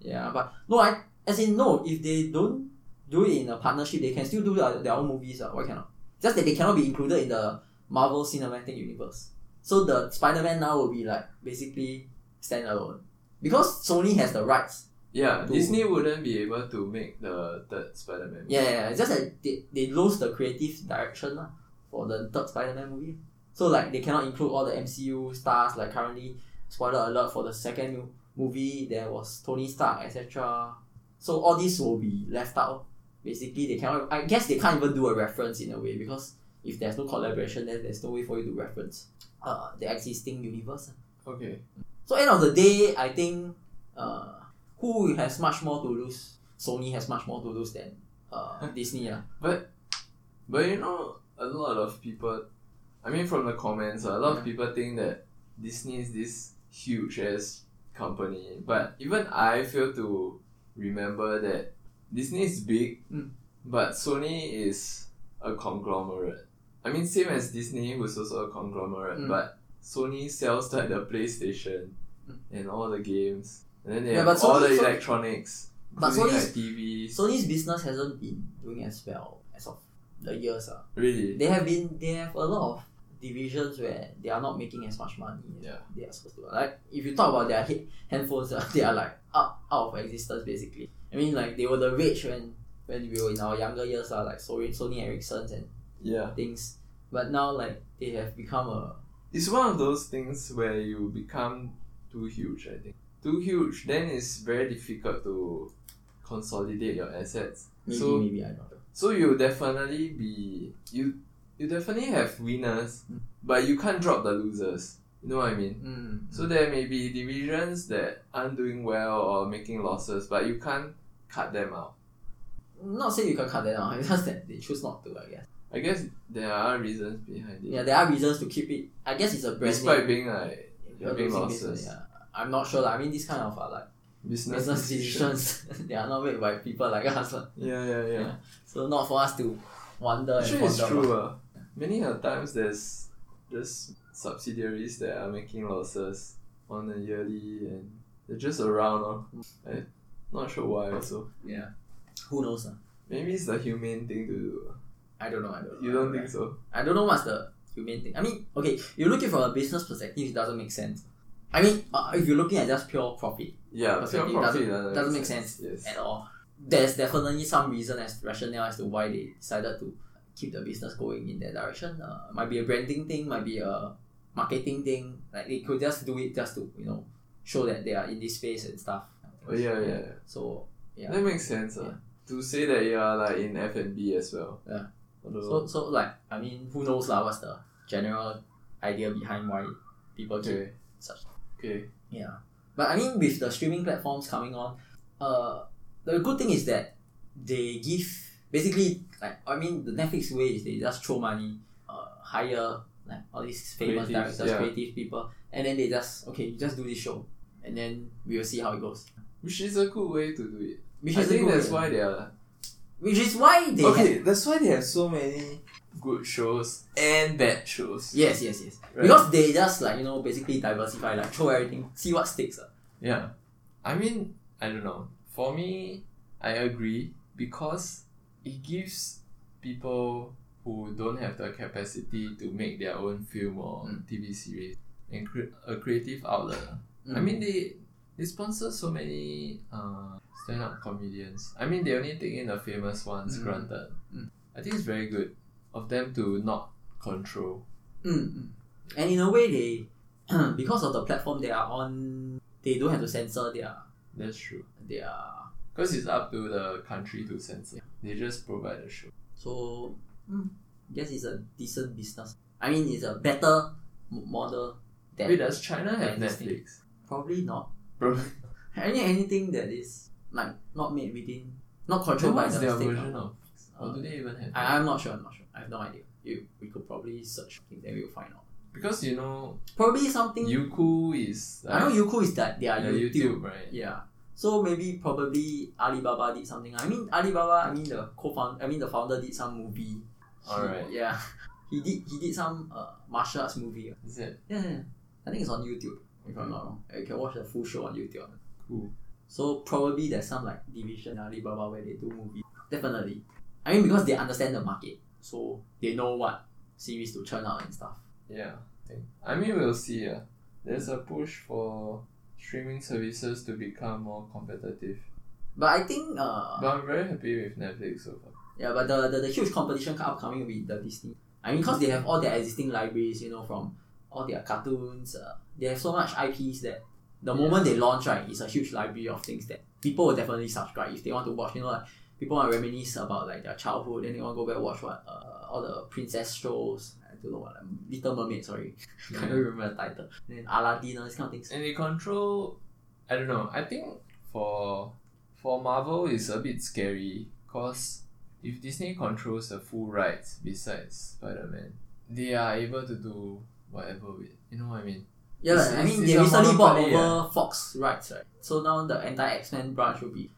Speaker 2: Yeah, but no, I as in no. If they don't do it in a partnership, they can still do their, their own movies. Uh, why cannot? Just that they cannot be included in the Marvel Cinematic Universe. So the Spider Man now will be like basically standalone because Sony has the rights.
Speaker 1: Yeah,
Speaker 2: Two.
Speaker 1: Disney wouldn't be able to make the third Spider Man.
Speaker 2: Yeah, yeah, yeah. It's just that they, they lose the creative direction lah for the third Spider Man movie. So like they cannot include all the MCU stars like currently. Spoiler alert for the second mo- movie there was Tony Stark etc. So all these will be left out. Basically, they cannot. I guess they can't even do a reference in a way because if there's no collaboration, then there's no way for you to reference uh, the existing universe. ah.
Speaker 1: Okay.
Speaker 2: So end of the day, I think uh, who has much more to lose? Sony has much more to lose than uh, Disney. ah.
Speaker 1: But but you know a lot of people I mean from the comments a lot
Speaker 2: Yeah.
Speaker 1: of people think that Disney is this huge ass company. But even I fail to remember that Disney is big
Speaker 2: Mm.
Speaker 1: but Sony is a conglomerate. I mean same as Disney who's also a conglomerate
Speaker 2: Mm.
Speaker 1: but Sony sells like the PlayStation
Speaker 2: Mm.
Speaker 1: and all the games. And then they
Speaker 2: Yeah,
Speaker 1: have
Speaker 2: but
Speaker 1: all the
Speaker 2: Sony- Sony-
Speaker 1: electronics.
Speaker 2: but
Speaker 1: including,
Speaker 2: Sony's-
Speaker 1: like TVs.
Speaker 2: Sony's business hasn't been doing as well as of the years. ah.
Speaker 1: really?
Speaker 2: They have been they have a lot of divisions where they are not making as much money as
Speaker 1: Yeah.
Speaker 2: they are supposed to. Like if you talk about their he- handphones, uh, they are like out, out of existence basically. I mean like they were the rage when when we were in our younger years, uh, like Sony, Sony Ericsson's and
Speaker 1: Yeah.
Speaker 2: things. But now like they have become a
Speaker 1: It's one of those things where you become too huge, I think. Too huge, then it's very difficult to consolidate your assets.
Speaker 2: maybe
Speaker 1: So-
Speaker 2: maybe I don't know.
Speaker 1: So you'll definitely be you you definitely have winners, but you can't drop the losers. You know what I mean?
Speaker 2: Mm.
Speaker 1: So there may be divisions that aren't doing well or making losses, but you can't cut them out.
Speaker 2: not say you can cut that out, it's just that they choose not to, I guess.
Speaker 1: I guess there are reasons behind it.
Speaker 2: Yeah, there are reasons to keep it. I guess it's a brand
Speaker 1: Despite
Speaker 2: name.
Speaker 1: being like
Speaker 2: You're
Speaker 1: having
Speaker 2: losing
Speaker 1: losses.
Speaker 2: business, yeah. I'm not sure. Like, I mean, these kind of uh, like
Speaker 1: business,
Speaker 2: business
Speaker 1: decisions.
Speaker 2: decisions, they are not made by people like us. lah.
Speaker 1: Yeah, yeah, yeah.
Speaker 2: Yeah. So not for us to wonder. and
Speaker 1: Actually, it's
Speaker 2: ponder
Speaker 1: true.
Speaker 2: about.
Speaker 1: Uh, many a times there's just subsidiaries that are making losses on a yearly and they're just around. Uh. I'm not sure why also.
Speaker 2: Yeah. Who knows? Uh?
Speaker 1: Maybe it's the humane thing to do. ah.
Speaker 2: I don't know. I don't know.
Speaker 1: You don't think so?
Speaker 2: I don't know what's the humane thing. I mean, okay, you look at it from a business perspective, it doesn't make sense. I mean, uh, if you're looking at just pure profit
Speaker 1: Yeah,
Speaker 2: Because
Speaker 1: pure
Speaker 2: it
Speaker 1: profit ah,
Speaker 2: doesn't- doesn't make
Speaker 1: Yes.
Speaker 2: at all, there's definitely some reason as rationale as to why they decided to keep the business going in that direction. Uh, might be a branding thing, might be a marketing thing. Like they could just do it just to you know show that they are in this space and stuff.
Speaker 1: Oh, yeah, yeah, yeah.
Speaker 2: So yeah.
Speaker 1: That makes sense. Uh.
Speaker 2: Yeah.
Speaker 1: To say that you are like in F and B as well.
Speaker 2: Yeah.
Speaker 1: Although,
Speaker 2: So, so like I mean, who knows lah? What's the general idea behind why people keep
Speaker 1: okay.
Speaker 2: such-
Speaker 1: Okay.
Speaker 2: yeah? But I mean, with the streaming platforms coming on, uh, the good thing is that they give basically like I mean, the Netflix way is they just throw money, uh, hire like all these famous
Speaker 1: Creatives,
Speaker 2: directors,
Speaker 1: yeah.
Speaker 2: creative people, and then they just okay, you just do this show, and then we will see how it goes.
Speaker 1: Which is a cool way to do it.
Speaker 2: Which
Speaker 1: I
Speaker 2: is a
Speaker 1: think
Speaker 2: good
Speaker 1: that's
Speaker 2: way.
Speaker 1: why they are
Speaker 2: Which is why they have-
Speaker 1: Okay, that's why they have so many good shows and bad shows.
Speaker 2: Yes, yes, yes.
Speaker 1: Right.
Speaker 2: Because they just like you know basically diversify, like throw everything, see what sticks. ah.
Speaker 1: Yeah. I mean, I don't know. For me, I agree because it gives people who don't have the capacity to make their own film or
Speaker 2: Mm.
Speaker 1: TV series and cre- a creative outlet. I
Speaker 2: Mm.
Speaker 1: mean, they they sponsor so many uh, stand up comedians. I mean, they only take in the famous ones,
Speaker 2: Mm.
Speaker 1: granted.
Speaker 2: Mm.
Speaker 1: I think it's very good of them to not control.
Speaker 2: Mm, mm. and in a way they because of the platform they are on, they don't have to censor their
Speaker 1: That's true.
Speaker 2: their.
Speaker 1: Because it's up to the country to censor. They just provide a show.
Speaker 2: So mm, guess it's a decent business. I mean, it's a better m- model than
Speaker 1: Wait, does China have
Speaker 2: Yeah, Disney.
Speaker 1: Netflix?
Speaker 2: probably not
Speaker 1: Bro,
Speaker 2: any anything that is like not made within not controlled by
Speaker 1: what's
Speaker 2: the
Speaker 1: their
Speaker 2: state.
Speaker 1: version
Speaker 2: ah.
Speaker 1: of? Or do they even have?
Speaker 2: I, I'm not sure. I'm not sure. I have no idea. You we could probably search. Then we'll find out.
Speaker 1: because you know,
Speaker 2: Probably something.
Speaker 1: Youku is.
Speaker 2: I know
Speaker 1: like
Speaker 2: Youku is that their
Speaker 1: the
Speaker 2: YouTube.
Speaker 1: uh, YouTube, right?
Speaker 2: Yeah. So maybe probably Alibaba did something. I mean Alibaba. I mean the co-founder. I mean the founder did some movie.
Speaker 1: Alright.
Speaker 2: He- Yeah. He did. He did some uh, martial arts movie.
Speaker 1: Is it
Speaker 2: Yeah, yeah, yeah. I think it's on YouTube. If I'm not wrong, you can watch the full show on YouTube.
Speaker 1: cool?
Speaker 2: So probably there's some like division in Alibaba where they do movie. Definitely. I mean because they understand the market, so they know what series to churn out and stuff.
Speaker 1: Yeah. I mean, we'll see. Uh. There's a push for streaming services to become more competitive.
Speaker 2: But I think uh,
Speaker 1: But I'm very happy with Netflix so far.
Speaker 2: Yeah, but the, the, the huge competition co- upcoming will be the Disney. I mean, because they have all their existing libraries, you know, from all their cartoons. Uh, they have so much IPs that the moment they launch, right, it's a huge library of things that people will definitely subscribe if they want to watch. You know, like people want to reminisce about like their childhood, then they want to go back and watch what uh, all the princess shows. I don't know what um, Little Mermaid. Sorry, I don't remember the title. Then Aladdin, all these kind of things.
Speaker 1: And they control. I don't know. I think for for Marvel it's a bit scary because if Disney controls the full rights besides Spider Man, they are able to do whatever with. You know what I mean?
Speaker 2: Yeah,
Speaker 1: It's-
Speaker 2: like, I
Speaker 1: it's-
Speaker 2: mean,
Speaker 1: it's
Speaker 2: they
Speaker 1: a
Speaker 2: recently bought over
Speaker 1: monopoly,
Speaker 2: Fox rights, right? So now the entire X Men branch will be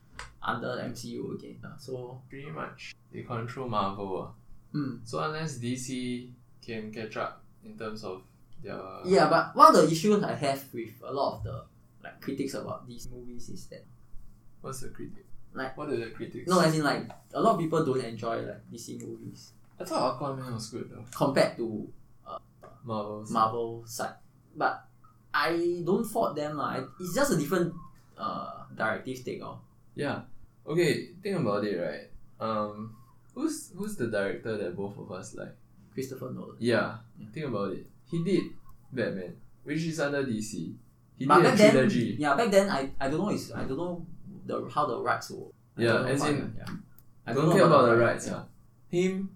Speaker 2: under MCU again. uh, So,
Speaker 1: Pretty much, they control Marvel. ah.
Speaker 2: mm.
Speaker 1: So unless DC can catch up in terms of their
Speaker 2: yeah, but one of the issues I have with a lot of the like critics about these movies is that
Speaker 1: what's the critic?
Speaker 2: Like-
Speaker 1: what are the critics?
Speaker 2: no, as in like a lot of people don't enjoy like DC movies
Speaker 1: I thought Aquaman was good though.
Speaker 2: compared to uh,
Speaker 1: Marvels.
Speaker 2: Marvel side. But I don't fault them lah. I- It's just a different uh directive take oh.
Speaker 1: yeah. Okay, think about it, right? Um, who's who's the director that both of us like?
Speaker 2: Christopher Nolan.
Speaker 1: Yeah,
Speaker 2: Yeah.
Speaker 1: think about it. He did Batman, which is under DC. He
Speaker 2: But
Speaker 1: did a
Speaker 2: back then,
Speaker 1: trilogy.
Speaker 2: yeah, back then I, I don't know is I don't know the how the rights were. I
Speaker 1: Yeah,
Speaker 2: don't know
Speaker 1: as
Speaker 2: why,
Speaker 1: in-
Speaker 2: yeah.
Speaker 1: I don't, care about the rights.
Speaker 2: yeah.
Speaker 1: Yeah. Him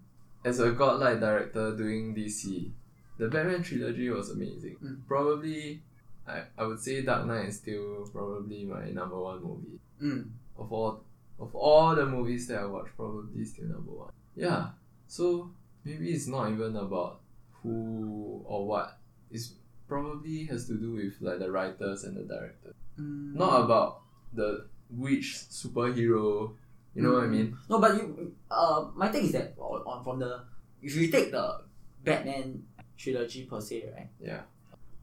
Speaker 1: as a godlike director doing DC. The Batman trilogy was amazing.
Speaker 2: Mm.
Speaker 1: Probably, I, I would say Dark Knight is still probably my number one movie
Speaker 2: Mm.
Speaker 1: of all of all the movies that I watch. Probably still number one. Yeah. So maybe it's not even about who or what. It's probably has to do with like the writers and the director.
Speaker 2: Mm.
Speaker 1: Not about the which superhero. You know what I
Speaker 2: Mm.
Speaker 1: mean?
Speaker 2: No, but you, uh, my take is that on, on from the if you take the Batman trilogy per se, right,
Speaker 1: Yeah.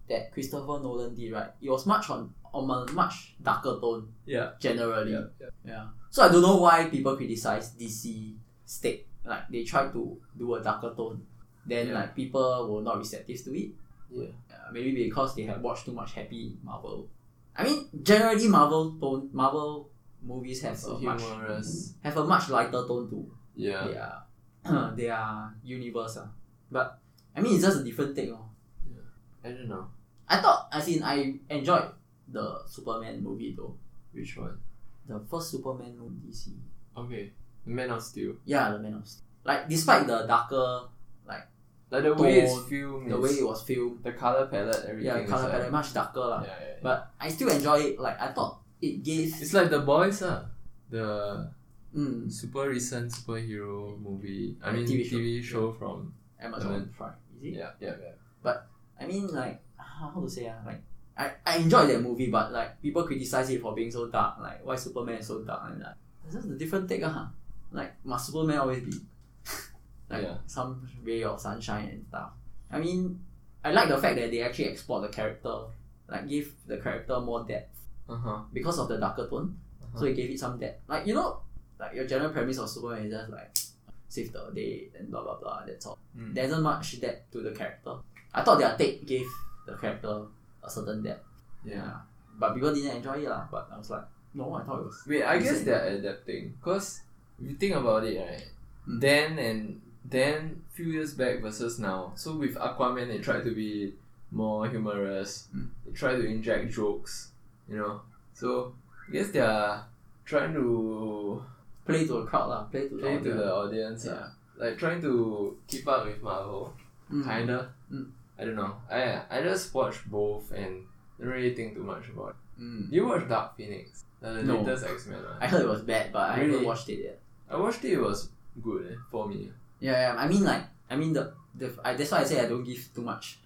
Speaker 2: that Christopher Nolan did, right, it was much on on a much darker tone
Speaker 1: Yeah.
Speaker 2: generally.
Speaker 1: Yeah. yeah.
Speaker 2: Yeah. So I don't know why people criticize DC state. Like they try to do a darker tone, then
Speaker 1: Yeah.
Speaker 2: like people were not receptive to it.
Speaker 1: Yeah.
Speaker 2: Uh, maybe because they have watched too much happy Marvel. I mean, generally Marvel tone, Marvel movies have
Speaker 1: It's
Speaker 2: a much Mm.
Speaker 1: humorous.
Speaker 2: have a much lighter tone to
Speaker 1: Yeah.
Speaker 2: their their universe. Ah, but I mean, it's just a different thing. Oh.
Speaker 1: I don't know
Speaker 2: I thought as in I enjoyed the Superman movie though.
Speaker 1: which one.
Speaker 2: The first Superman movie DC.
Speaker 1: Okay, Man of Steel.
Speaker 2: Yeah, the Man of Steel. Like despite the darker,
Speaker 1: Like the way it's
Speaker 2: Tone,
Speaker 1: filmed,
Speaker 2: the way
Speaker 1: is-
Speaker 2: it was filmed,
Speaker 1: the color palette, everything.
Speaker 2: yeah,
Speaker 1: is
Speaker 2: color
Speaker 1: like-
Speaker 2: palette much darker lah.
Speaker 1: um, Yeah, yeah, yeah.
Speaker 2: But I still enjoy it. Like I thought it gave.
Speaker 1: it's like the boys, ah, the
Speaker 2: Mm,
Speaker 1: super recent superhero movie. I mean,
Speaker 2: TV
Speaker 1: TV
Speaker 2: show.
Speaker 1: show, from
Speaker 2: Amazon Prime. Is it?
Speaker 1: yeah, yeah, yeah.
Speaker 2: I mean, like, how how to say, ah, like, I, I enjoyed that movie, but, like, people criticize it for being so dark. Like, why Superman is so dark? And, like, it's just a different take, ah. Like, must Superman always be, like,
Speaker 1: Yeah.
Speaker 2: some ray of sunshine and stuff? I mean, I like the fact that they actually explored the character, like, give the character more depth
Speaker 1: Uh huh.
Speaker 2: because of the darker tone. So
Speaker 1: Uh-huh.
Speaker 2: it gave it some depth. Like, you know, like, your general premise of Superman is just, like, save the day and blah, blah, blah, that's all
Speaker 1: Mm.
Speaker 2: there isn't much depth to the character. I thought their take gave the character a certain depth.
Speaker 1: Yeah.
Speaker 2: But people didn't enjoy it lah. But I was like, no, I thought it was.
Speaker 1: Wait, I guess
Speaker 2: Recent.
Speaker 1: they're adapting. Cause if you think about it, right?
Speaker 2: Mm.
Speaker 1: Then and then few years back versus now. So with Aquaman, they tried to be more humorous.
Speaker 2: Mm.
Speaker 1: They tried to inject jokes. You know. So I guess they're trying to
Speaker 2: Play to the crowd lah. Play to
Speaker 1: play
Speaker 2: the
Speaker 1: to the audience.
Speaker 2: audience. Yeah.
Speaker 1: ah. Like trying to keep up with Marvel.
Speaker 2: Mm.
Speaker 1: Kinda.
Speaker 2: Mm.
Speaker 1: I don't know. I I just watch both and don't really think too much about. it.
Speaker 2: Mm.
Speaker 1: You watch Dark Phoenix, the
Speaker 2: No.
Speaker 1: latest X Men one.
Speaker 2: I heard it was bad, but I haven't
Speaker 1: Really?
Speaker 2: watched it yet.
Speaker 1: I watched it, it was good eh, for me.
Speaker 2: Yeah, yeah. I mean, like, I mean the the I, that's why I say I don't give too much.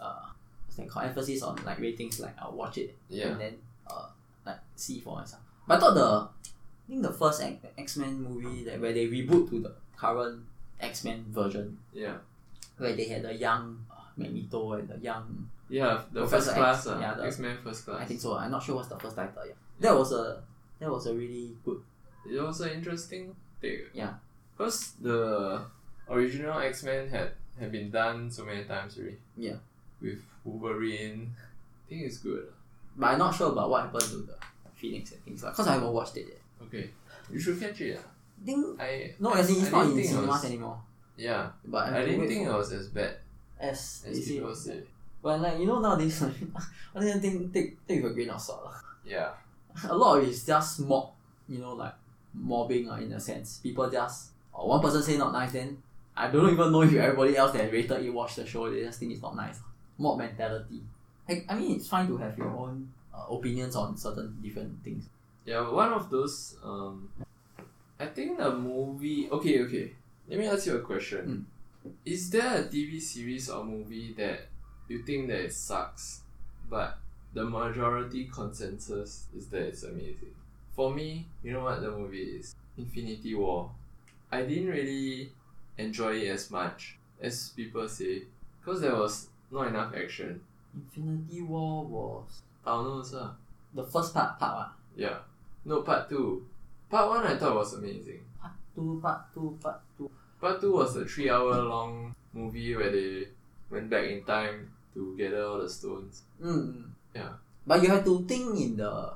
Speaker 2: Uh, what's that called? Emphasis on like ratings. Like I'll watch it
Speaker 1: Yeah.
Speaker 2: and then uh like see for myself. But I thought the I think the first X Men movie that where they reboot to the current X Men version
Speaker 1: Yeah.
Speaker 2: where they had the young uh, Magneto and the young
Speaker 1: Yeah, the
Speaker 2: Professor
Speaker 1: first
Speaker 2: X,
Speaker 1: class. ah,
Speaker 2: yeah, the-
Speaker 1: X Men first class.
Speaker 2: I think so. I'm not sure what's the first title. Yeah, that was a that was a really good.
Speaker 1: It was an interesting thing.
Speaker 2: Yeah.
Speaker 1: Because the original X Men had, had been done so many times already.
Speaker 2: Yeah.
Speaker 1: With Wolverine. I think it's good.
Speaker 2: But I'm not sure about what happened to the Phoenix and things like. Cause I haven't watched it yet.
Speaker 1: Okay. You should catch it. ah.
Speaker 2: I think
Speaker 1: I
Speaker 2: no, as in
Speaker 1: I
Speaker 2: it's not
Speaker 1: didn't
Speaker 2: in
Speaker 1: think it
Speaker 2: cinemas
Speaker 1: was-
Speaker 2: anymore.
Speaker 1: yeah.
Speaker 2: But
Speaker 1: I,
Speaker 2: have to
Speaker 1: didn't
Speaker 2: wait
Speaker 1: think it
Speaker 2: for-
Speaker 1: was as bad
Speaker 2: as
Speaker 1: as
Speaker 2: they say.
Speaker 1: people say.
Speaker 2: But like you know nowadays, like, I didn't think take take with a grain of salt. lah.
Speaker 1: Yeah.
Speaker 2: A lot of it's just mock, you know, like mobbing uh, in a sense. People just or one person say not nice, then I don't even know if everybody else that rated it watched the show. They just think it's not nice. mob mentality. I, I mean, it's fine to have your own uh, opinions on certain different things.
Speaker 1: Yeah, but one of those. Um, I think the movie. Okay, okay. Let me ask you a question.
Speaker 2: Hmm.
Speaker 1: Is there a TV series or movie that you think that it sucks, but the majority consensus is that it's amazing? For me, you know what the movie is? Infinity War. I didn't really enjoy it as much as people say, because there was not enough action.
Speaker 2: Infinity War was
Speaker 1: Thanos, ah.
Speaker 2: the first part, part one.
Speaker 1: Yeah. No, part two. Part one I thought was amazing.
Speaker 2: Part two, part two, part two.
Speaker 1: Part two was a three hour long movie where they went back in time to gather all the stones.
Speaker 2: Mm.
Speaker 1: Yeah.
Speaker 2: But you have to think in the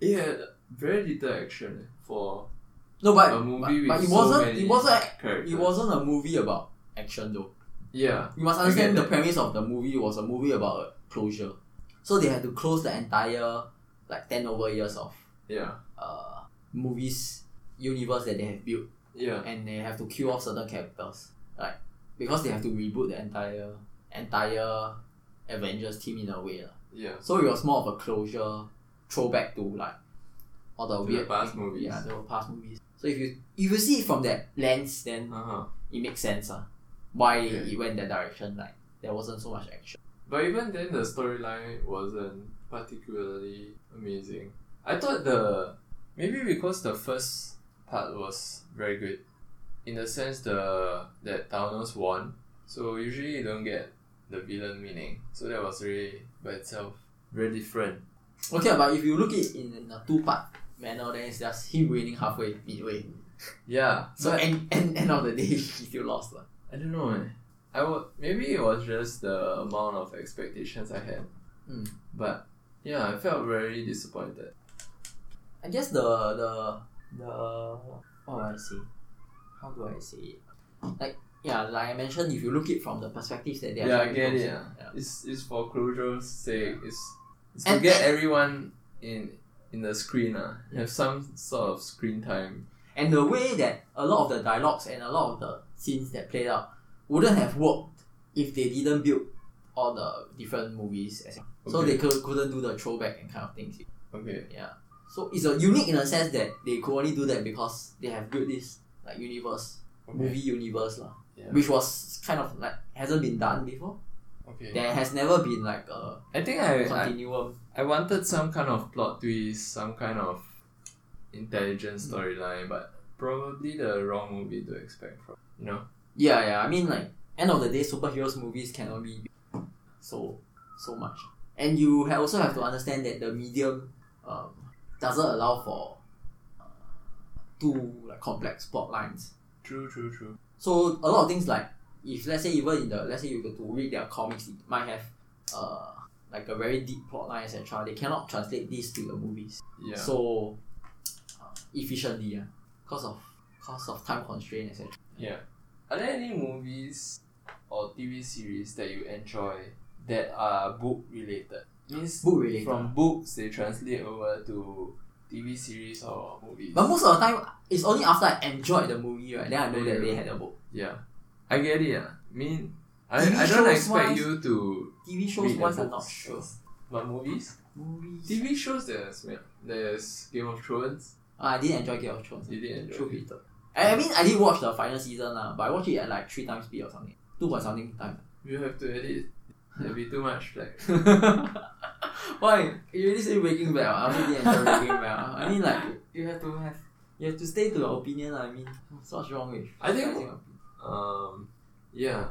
Speaker 1: It had very little action for
Speaker 2: no, but
Speaker 1: a movie
Speaker 2: but, but
Speaker 1: with
Speaker 2: it
Speaker 1: so
Speaker 2: wasn't
Speaker 1: many
Speaker 2: it wasn't
Speaker 1: characters.
Speaker 2: it wasn't a movie about action though.
Speaker 1: Yeah,
Speaker 2: You must
Speaker 1: I
Speaker 2: understand
Speaker 1: get
Speaker 2: the premise of the movie was a movie about a closure, so they had to close the entire like ten over years of
Speaker 1: yeah,
Speaker 2: uh movies universe that they have built,
Speaker 1: yeah,
Speaker 2: and they have to kill off certain characters, like because they have to reboot the entire entire Avengers team in a way lah.
Speaker 1: yeah.
Speaker 2: So it was more of a closure, throwback to like all the
Speaker 1: To the
Speaker 2: weird
Speaker 1: past
Speaker 2: thing-
Speaker 1: movies.
Speaker 2: Yeah, the past movies. So if you if you see it from that lens, then
Speaker 1: Uh huh.
Speaker 2: it makes sense. Uh, why
Speaker 1: Yeah.
Speaker 2: it went that direction? Like there wasn't so much action.
Speaker 1: But even then, the storyline wasn't particularly amazing. I thought the maybe because the first part was very good, in the sense the that Thanos won. So usually you don't get the villain meaning. So that was really by itself very different.
Speaker 2: Okay, but if you look it in, in a two part manner, then it's just him winning halfway, midway.
Speaker 1: Yeah.
Speaker 2: So end, end end of the day, he still lost. lah.
Speaker 1: I don't know. Eh. I would maybe it was just the amount of expectations I had,
Speaker 2: Mm.
Speaker 1: but yeah, I felt very disappointed.
Speaker 2: I guess the the the what do I say? How do I say it? Like yeah, like I mentioned, if you look it from the perspective that they are
Speaker 1: Yeah, I
Speaker 2: trying to
Speaker 1: get it.
Speaker 2: present,
Speaker 1: yeah. It's it's for closure's sake. It's, it's to
Speaker 2: And-
Speaker 1: get everyone in in the screen. Uh, have some sort of screen time.
Speaker 2: And the way that a lot of the dialogues and a lot of the scenes that played out wouldn't have worked if they didn't build all the different movies. As So
Speaker 1: Okay.
Speaker 2: they could, couldn't do the throwback and kind of things.
Speaker 1: Okay.
Speaker 2: Yeah. So it's a unique in a sense that they could only do that because they have built this like universe, movie universe lah,
Speaker 1: Yeah.
Speaker 2: which was kind of like hasn't been done before.
Speaker 1: Okay.
Speaker 2: There has never been like a
Speaker 1: I think I, I
Speaker 2: continuum.
Speaker 1: I wanted some kind of plot twist, some kind of intelligent
Speaker 2: Mm.
Speaker 1: storyline, but probably the wrong movie to expect from. You know.
Speaker 2: Yeah, yeah. I mean, like end of the day, superheroes movies cannot be so so much, and you ha- also have to understand that the medium um, doesn't allow for uh, too like complex plot lines.
Speaker 1: True. True. True.
Speaker 2: So a lot of things like if let's say even in the let's say you go to read their comics, it might have uh like a very deep plot line, etc. They cannot translate this to the movies
Speaker 1: Yeah.
Speaker 2: so uh, efficiently, yeah, cause of cause of time constraint, etc.
Speaker 1: Yeah. Are there any movies or TV series that you enjoy that are book related? Means
Speaker 2: Book related.
Speaker 1: from books they translate over to TV series or movies.
Speaker 2: But most of the time, it's only after I enjoyed the movie, right? Then I know that they had a book.
Speaker 1: yeah, I get it. Yeah, mean, I,
Speaker 2: TV
Speaker 1: I don't
Speaker 2: shows
Speaker 1: expect
Speaker 2: wise-
Speaker 1: you to
Speaker 2: TV
Speaker 1: read
Speaker 2: shows
Speaker 1: the
Speaker 2: once I'm not
Speaker 1: books
Speaker 2: sure.
Speaker 1: first. But movies,
Speaker 2: Movies.
Speaker 1: TV shows there's yeah, there's Game of Thrones.
Speaker 2: Ah, I didn't enjoy Game of Thrones.
Speaker 1: You didn't enjoy
Speaker 2: True
Speaker 1: it.
Speaker 2: Peter. I, I mean, I did watch the final season, lah, but I watched it at like three times speed or something. Two point something time.
Speaker 1: You have to edit. There'll be too much like
Speaker 2: Why? You really say Breaking Bad? ah? I also didn't enjoy Breaking Bad. ah. I mean, like, you have to have. You have to stay to your opinion, lah, I mean. What's wrong with
Speaker 1: I think-
Speaker 2: expressing opinion?
Speaker 1: Um, yeah.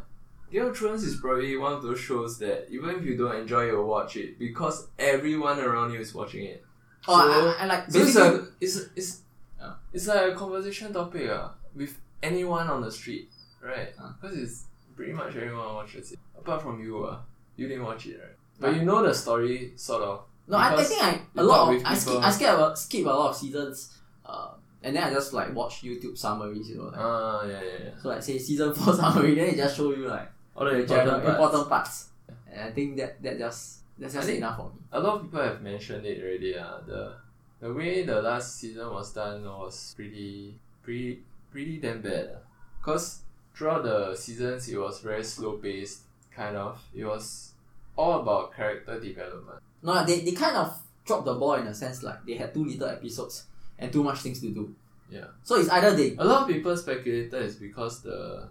Speaker 1: Game of Thrones is probably one of those shows that even if you don't enjoy, you'll watch it because everyone around you is watching it.
Speaker 2: Oh,
Speaker 1: So-
Speaker 2: I, I like.
Speaker 1: So it's
Speaker 2: basically-
Speaker 1: a, it's it's
Speaker 2: Yeah.
Speaker 1: it's like a conversation topic uh, with anyone on the street, right?
Speaker 2: Ah.
Speaker 1: Because it's pretty much everyone watches it apart from you. Uh, you didn't watch it, right? But
Speaker 2: Right.
Speaker 1: you know the story, sort of.
Speaker 2: No, I, I
Speaker 1: Because
Speaker 2: think I
Speaker 1: you
Speaker 2: a lot
Speaker 1: talk
Speaker 2: of
Speaker 1: with
Speaker 2: I skip
Speaker 1: people.
Speaker 2: I skip a, skip a lot of seasons, uh, and then I just like watch YouTube summaries, you know. Like,
Speaker 1: Ah, yeah, yeah, yeah.
Speaker 2: so like say season four summary, then it just show you like
Speaker 1: All the
Speaker 2: important
Speaker 1: important parts.
Speaker 2: important parts, and I think that that just that's
Speaker 1: I
Speaker 2: just
Speaker 1: think-
Speaker 2: enough for me.
Speaker 1: A lot of people have mentioned it already. Uh, the the way the last season was done was pretty pretty pretty damn bad. ah. Cause throughout the seasons it was very slow paced, kind of. It was all about character development.
Speaker 2: No, like, they they kind of dropped the ball in a sense like they had too little episodes and too much things to do.
Speaker 1: Yeah.
Speaker 2: So it's either they
Speaker 1: A lot of people speculated it's because the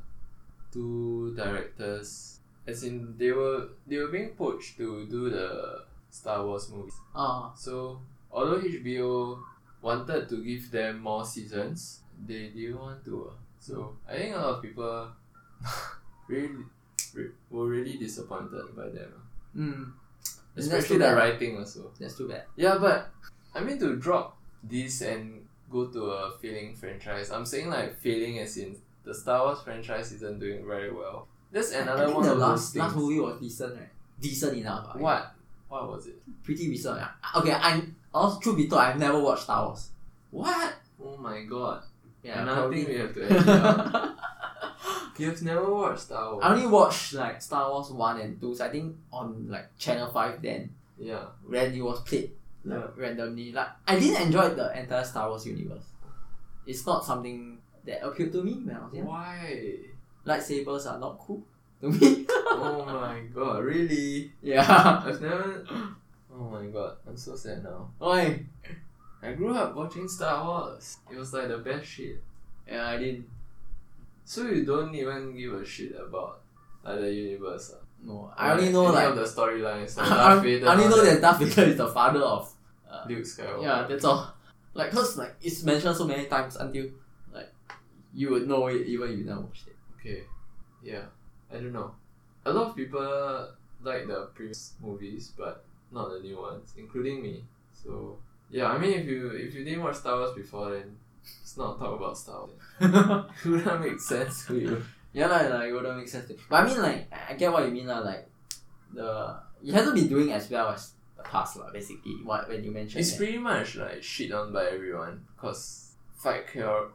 Speaker 1: two directors as in they were they were being poached to do the Star Wars movies.
Speaker 2: uh
Speaker 1: So, although HBO wanted to give them more seasons, they didn't want to. ah. So, I think a lot of people really re- were really disappointed by them, ah.
Speaker 2: mm, that's
Speaker 1: especially
Speaker 2: too
Speaker 1: the
Speaker 2: bad.
Speaker 1: writing also.
Speaker 2: that's too bad.
Speaker 1: Yeah, but I mean to drop this and go to a failing franchise. I'm saying like failing as in the Star Wars franchise isn't doing very well. That's
Speaker 2: I
Speaker 1: another
Speaker 2: think
Speaker 1: one
Speaker 2: the
Speaker 1: of
Speaker 2: last
Speaker 1: those
Speaker 2: last
Speaker 1: things.
Speaker 2: movie was decent, right? Decent enough. I-
Speaker 1: What? What was it?
Speaker 2: Pretty decent. I- Okay, I also truth be told, I've never watched Star Wars.
Speaker 1: What? Oh my god.
Speaker 2: Yeah,
Speaker 1: another
Speaker 2: probably.
Speaker 1: thing we have to edit out. You've never watched Star Wars.
Speaker 2: I only watched like Star Wars one and two. So I think on like Channel Five then
Speaker 1: yeah.
Speaker 2: when it was played like,
Speaker 1: Yeah.
Speaker 2: randomly. Like I didn't enjoy the entire Star Wars universe. It's not something that appealed to me when I was young.
Speaker 1: Why?
Speaker 2: Lightsabers are not cool to me.
Speaker 1: oh my god, really?
Speaker 2: yeah.
Speaker 1: I've never. Oh my god, I'm so sad now.
Speaker 2: Why?
Speaker 1: I grew up watching Star Wars. It was like the best shit.
Speaker 2: Yeah, I didn't.
Speaker 1: So you don't even give a shit about like the universe. ah?
Speaker 2: No, I only
Speaker 1: Like,
Speaker 2: know
Speaker 1: any
Speaker 2: like
Speaker 1: of the storylines. Like
Speaker 2: I,
Speaker 1: Darth
Speaker 2: I
Speaker 1: Vader.
Speaker 2: only know
Speaker 1: all
Speaker 2: that Darth Vader is the father of.
Speaker 1: that. Luke Skywalker.
Speaker 2: Yeah, that's all. Like, cause like it's mentioned so many times until like you would know it even if you never watched it.
Speaker 1: Okay. Yeah. I don't know. A lot of people like the previous movies, but not the new ones, including me. So yeah, I mean, if you if you didn't watch Star Wars before, then let's not talk about Star Wars. Would that make sense to you?
Speaker 2: yeah, like, like it wouldn't make sense. To, but I mean, like I I get what you mean, lah. Like the it hasn't been doing as well as the past, lah. Basically, what when you mentioned
Speaker 1: It's
Speaker 2: that.
Speaker 1: pretty much like shit on by everyone, cause fight chore-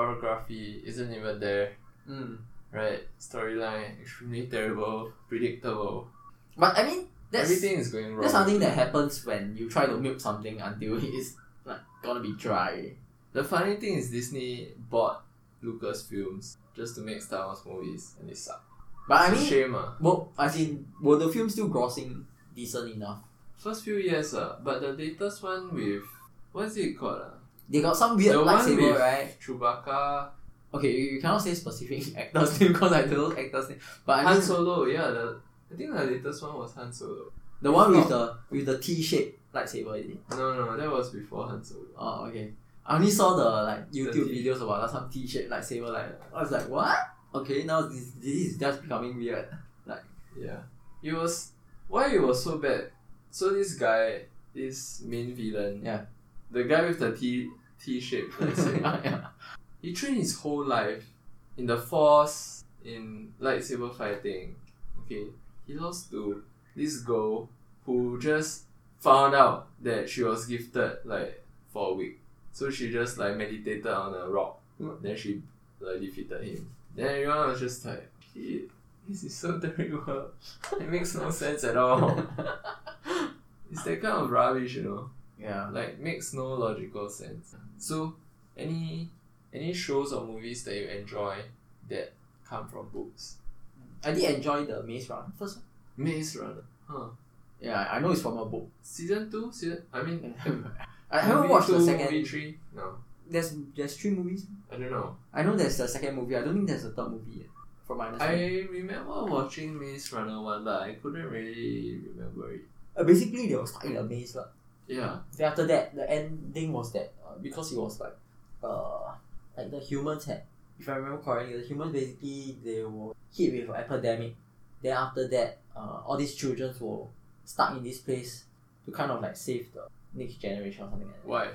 Speaker 1: choreography isn't even there,
Speaker 2: Mm.
Speaker 1: right? Storyline extremely terrible, predictable.
Speaker 2: But I mean, that's
Speaker 1: Everything is going wrong.
Speaker 2: that's something that happens when you try to milk something until it's like gonna be dry.
Speaker 1: The funny thing is Disney bought Lucasfilms just to make Star Wars movies, and they suck.
Speaker 2: But I
Speaker 1: it's a
Speaker 2: mean,
Speaker 1: shame ah.
Speaker 2: well, I mean, were the film still grossing decent enough?
Speaker 1: First few years ah, but the latest one with what's it called ah?
Speaker 2: They got some weird
Speaker 1: The one
Speaker 2: lightsaber,
Speaker 1: with-
Speaker 2: right?
Speaker 1: Chewbacca,
Speaker 2: Okay, you, you cannot say specific actors name because I don't know actors name. But I
Speaker 1: Han
Speaker 2: mean,
Speaker 1: Solo. Yeah, the I think the latest one was Han Solo.
Speaker 2: the one with the with the T shaped lightsaber, is it?
Speaker 1: No, no, that was before Han Solo.
Speaker 2: Oh, okay. I only saw the like YouTube
Speaker 1: T-
Speaker 2: videos about like, some T shaped lightsaber. Like I was like, what? Okay, now this this is just becoming weird.
Speaker 1: Yeah, it was why it was so bad. So this guy, this main villain,
Speaker 2: Yeah.
Speaker 1: the guy with the T T shape, let's say.
Speaker 2: yeah.
Speaker 1: He trained his whole life in the force, in lightsaber fighting. Okay, he lost to this girl who just found out that she was gifted like for a week. So she just like meditated on a rock.
Speaker 2: Mm.
Speaker 1: Then she like defeated him. Then everyone was just like, "Shit, this is so terrible. it makes no sense at all. it's that kind of rubbish, you know
Speaker 2: yeah.
Speaker 1: like makes no logical sense. So any any shows or movies that you enjoy that come from books?
Speaker 2: I did enjoy the Maze Runner first. One.
Speaker 1: Maze Runner. Huh.
Speaker 2: Yeah, I know it's from a book.
Speaker 1: Season two? Season I mean
Speaker 2: I haven't
Speaker 1: movie
Speaker 2: watched the
Speaker 1: two,
Speaker 2: second.
Speaker 1: movie three? No.
Speaker 2: There's there's three movies.
Speaker 1: I don't know.
Speaker 2: I know there's the second movie. I don't think there's a third movie yet. From my understanding.
Speaker 1: I remember watching Maze Runner one but I couldn't really remember it.
Speaker 2: uh, basically, they was stuck in a maze, lah.
Speaker 1: Yeah.
Speaker 2: Then after that, the ending was that uh, because it was like, uh, like the humans had, if I remember correctly, the humans basically they were hit with an epidemic. Then after that, uh, all these children were stuck in this place to kind of like save the next generation or something like that.
Speaker 1: Why?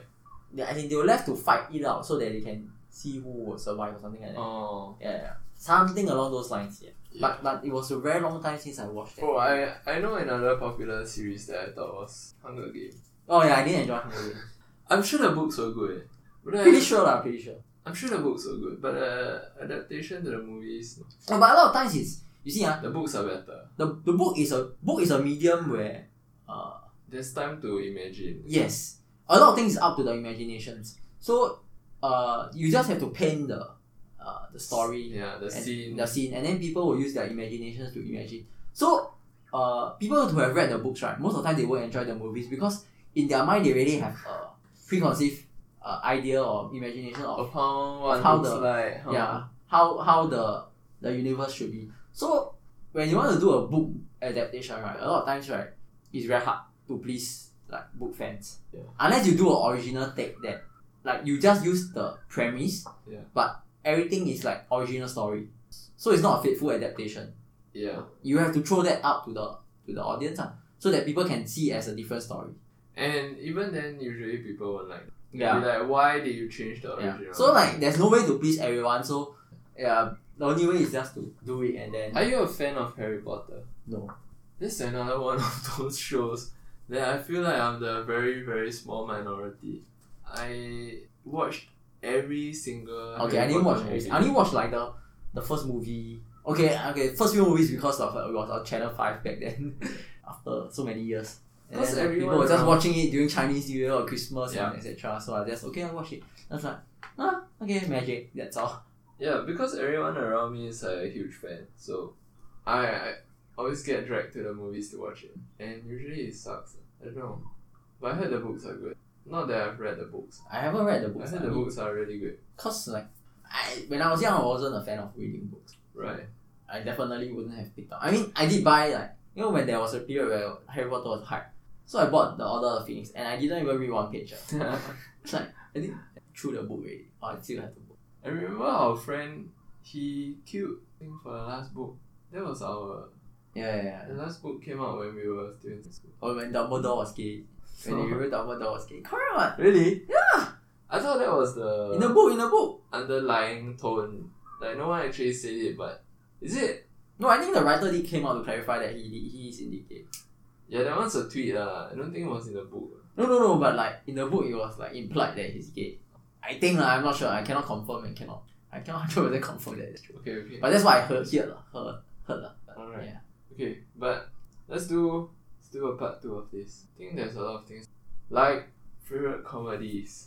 Speaker 2: Then I think they were left to fight it out so that they can see who will survive or something like that.
Speaker 1: Oh.
Speaker 2: Yeah, yeah, something along those lines. Yeah.
Speaker 1: Yeah.
Speaker 2: But but it was a very long time since I watched it.
Speaker 1: Oh, I I know another popular series that I thought was Hunger Games.
Speaker 2: oh yeah, I didn't enjoy Hunger Games.
Speaker 1: I'm sure the books were good. But I-
Speaker 2: pretty sure lah, pretty sure.
Speaker 1: I'm sure the books are good, but uh, adaptation to the movies,
Speaker 2: Oh, but a lot of times it's you see ah,
Speaker 1: the books are better.
Speaker 2: the, the book is a book is a medium where uh,
Speaker 1: There's time to imagine.
Speaker 2: yes a lot of things is up to the imaginations so uh, you just have to paint the uh, the story
Speaker 1: Yeah, the
Speaker 2: and
Speaker 1: scene.
Speaker 2: the scene and then people will use their imaginations to imagine so uh, people who have read the books right most of the time they won't enjoy the movies because in their mind they already have a preconceived uh, idea or imagination of
Speaker 1: of how one
Speaker 2: how
Speaker 1: looks
Speaker 2: the-
Speaker 1: like. How,
Speaker 2: yeah how how the the universe should be so when you want to do a book adaptation right a lot of times right it's very hard to please like book fans
Speaker 1: Yeah.
Speaker 2: unless you do an original take that like you just use the premise
Speaker 1: Yeah.
Speaker 2: but everything is like original story so it's not a faithful adaptation
Speaker 1: Yeah.
Speaker 2: you have to throw that up to the to the audience ah, so that people can see it as a different story
Speaker 1: And even then, usually people will like,
Speaker 2: yeah
Speaker 1: be like, why did you change the
Speaker 2: Yeah.
Speaker 1: original?
Speaker 2: So like, there's no way to please everyone. So, yeah, The only way is just to do it and then
Speaker 1: Are you a fan of Harry Potter?
Speaker 2: no.
Speaker 1: This is another one of those shows that I feel like I'm the very, very small minority. I watched every single.
Speaker 2: Okay, I
Speaker 1: Harry
Speaker 2: didn't watch.
Speaker 1: Potter
Speaker 2: Harry-
Speaker 1: movie.
Speaker 2: I only watched like the the first movie. Okay, okay, first few movies because of uh, it was on Channel Five back then. after so many years, and
Speaker 1: Because
Speaker 2: then people
Speaker 1: everyone
Speaker 2: were just
Speaker 1: around-
Speaker 2: watching it during Chinese New Year or Christmas
Speaker 1: Yeah.
Speaker 2: and etc. So I just okay, I watch it. That's like ah okay, magic. That's all.
Speaker 1: Yeah, because everyone around me is a huge fan, so I, I always get dragged to the movies to watch it, and usually it sucks. I don't know, but I heard the books are good. Not that I've read the books.
Speaker 2: I haven't read
Speaker 1: I
Speaker 2: the books.
Speaker 1: heard the books are really good.
Speaker 2: Cause like I when I was young, I wasn't a fan of reading books.
Speaker 1: Right.
Speaker 2: I definitely wouldn't have picked up. I mean, I did buy like you know when there was a period where Harry Potter was hype, so I bought the Order of Phoenix and I didn't even read one page. ah. It's like I think through the book already. Oh, I still have the book.
Speaker 1: I remember our friend he queued in for the last book. That was our
Speaker 2: Yeah, yeah, yeah.
Speaker 1: the last book came out when we were still in school.
Speaker 2: Or Oh, when Dumbledore was gay. When you
Speaker 1: So-
Speaker 2: read Dumbledore was gay. Correct what?
Speaker 1: really? Yeah. I thought that was the
Speaker 2: In the book, in the book.
Speaker 1: underlying tone. Like no one actually said it, but is it
Speaker 2: No, I think the writer did came out to clarify that he he is indeed gay.
Speaker 1: Yeah, that one's a tweet lah. I don't think it was in the book.
Speaker 2: No, no, no. But like in the book, it was like implied that he's gay. I think lah. I'm not sure. I cannot confirm and cannot. I cannot hundred percent confirm that it's true.
Speaker 1: Okay, okay.
Speaker 2: But that's what I heard here lah. Heard heard lah. But,
Speaker 1: Alright.
Speaker 2: Yeah.
Speaker 1: okay, but let's do let's do a part two of this. I think there's a lot of things. Like favorite comedies.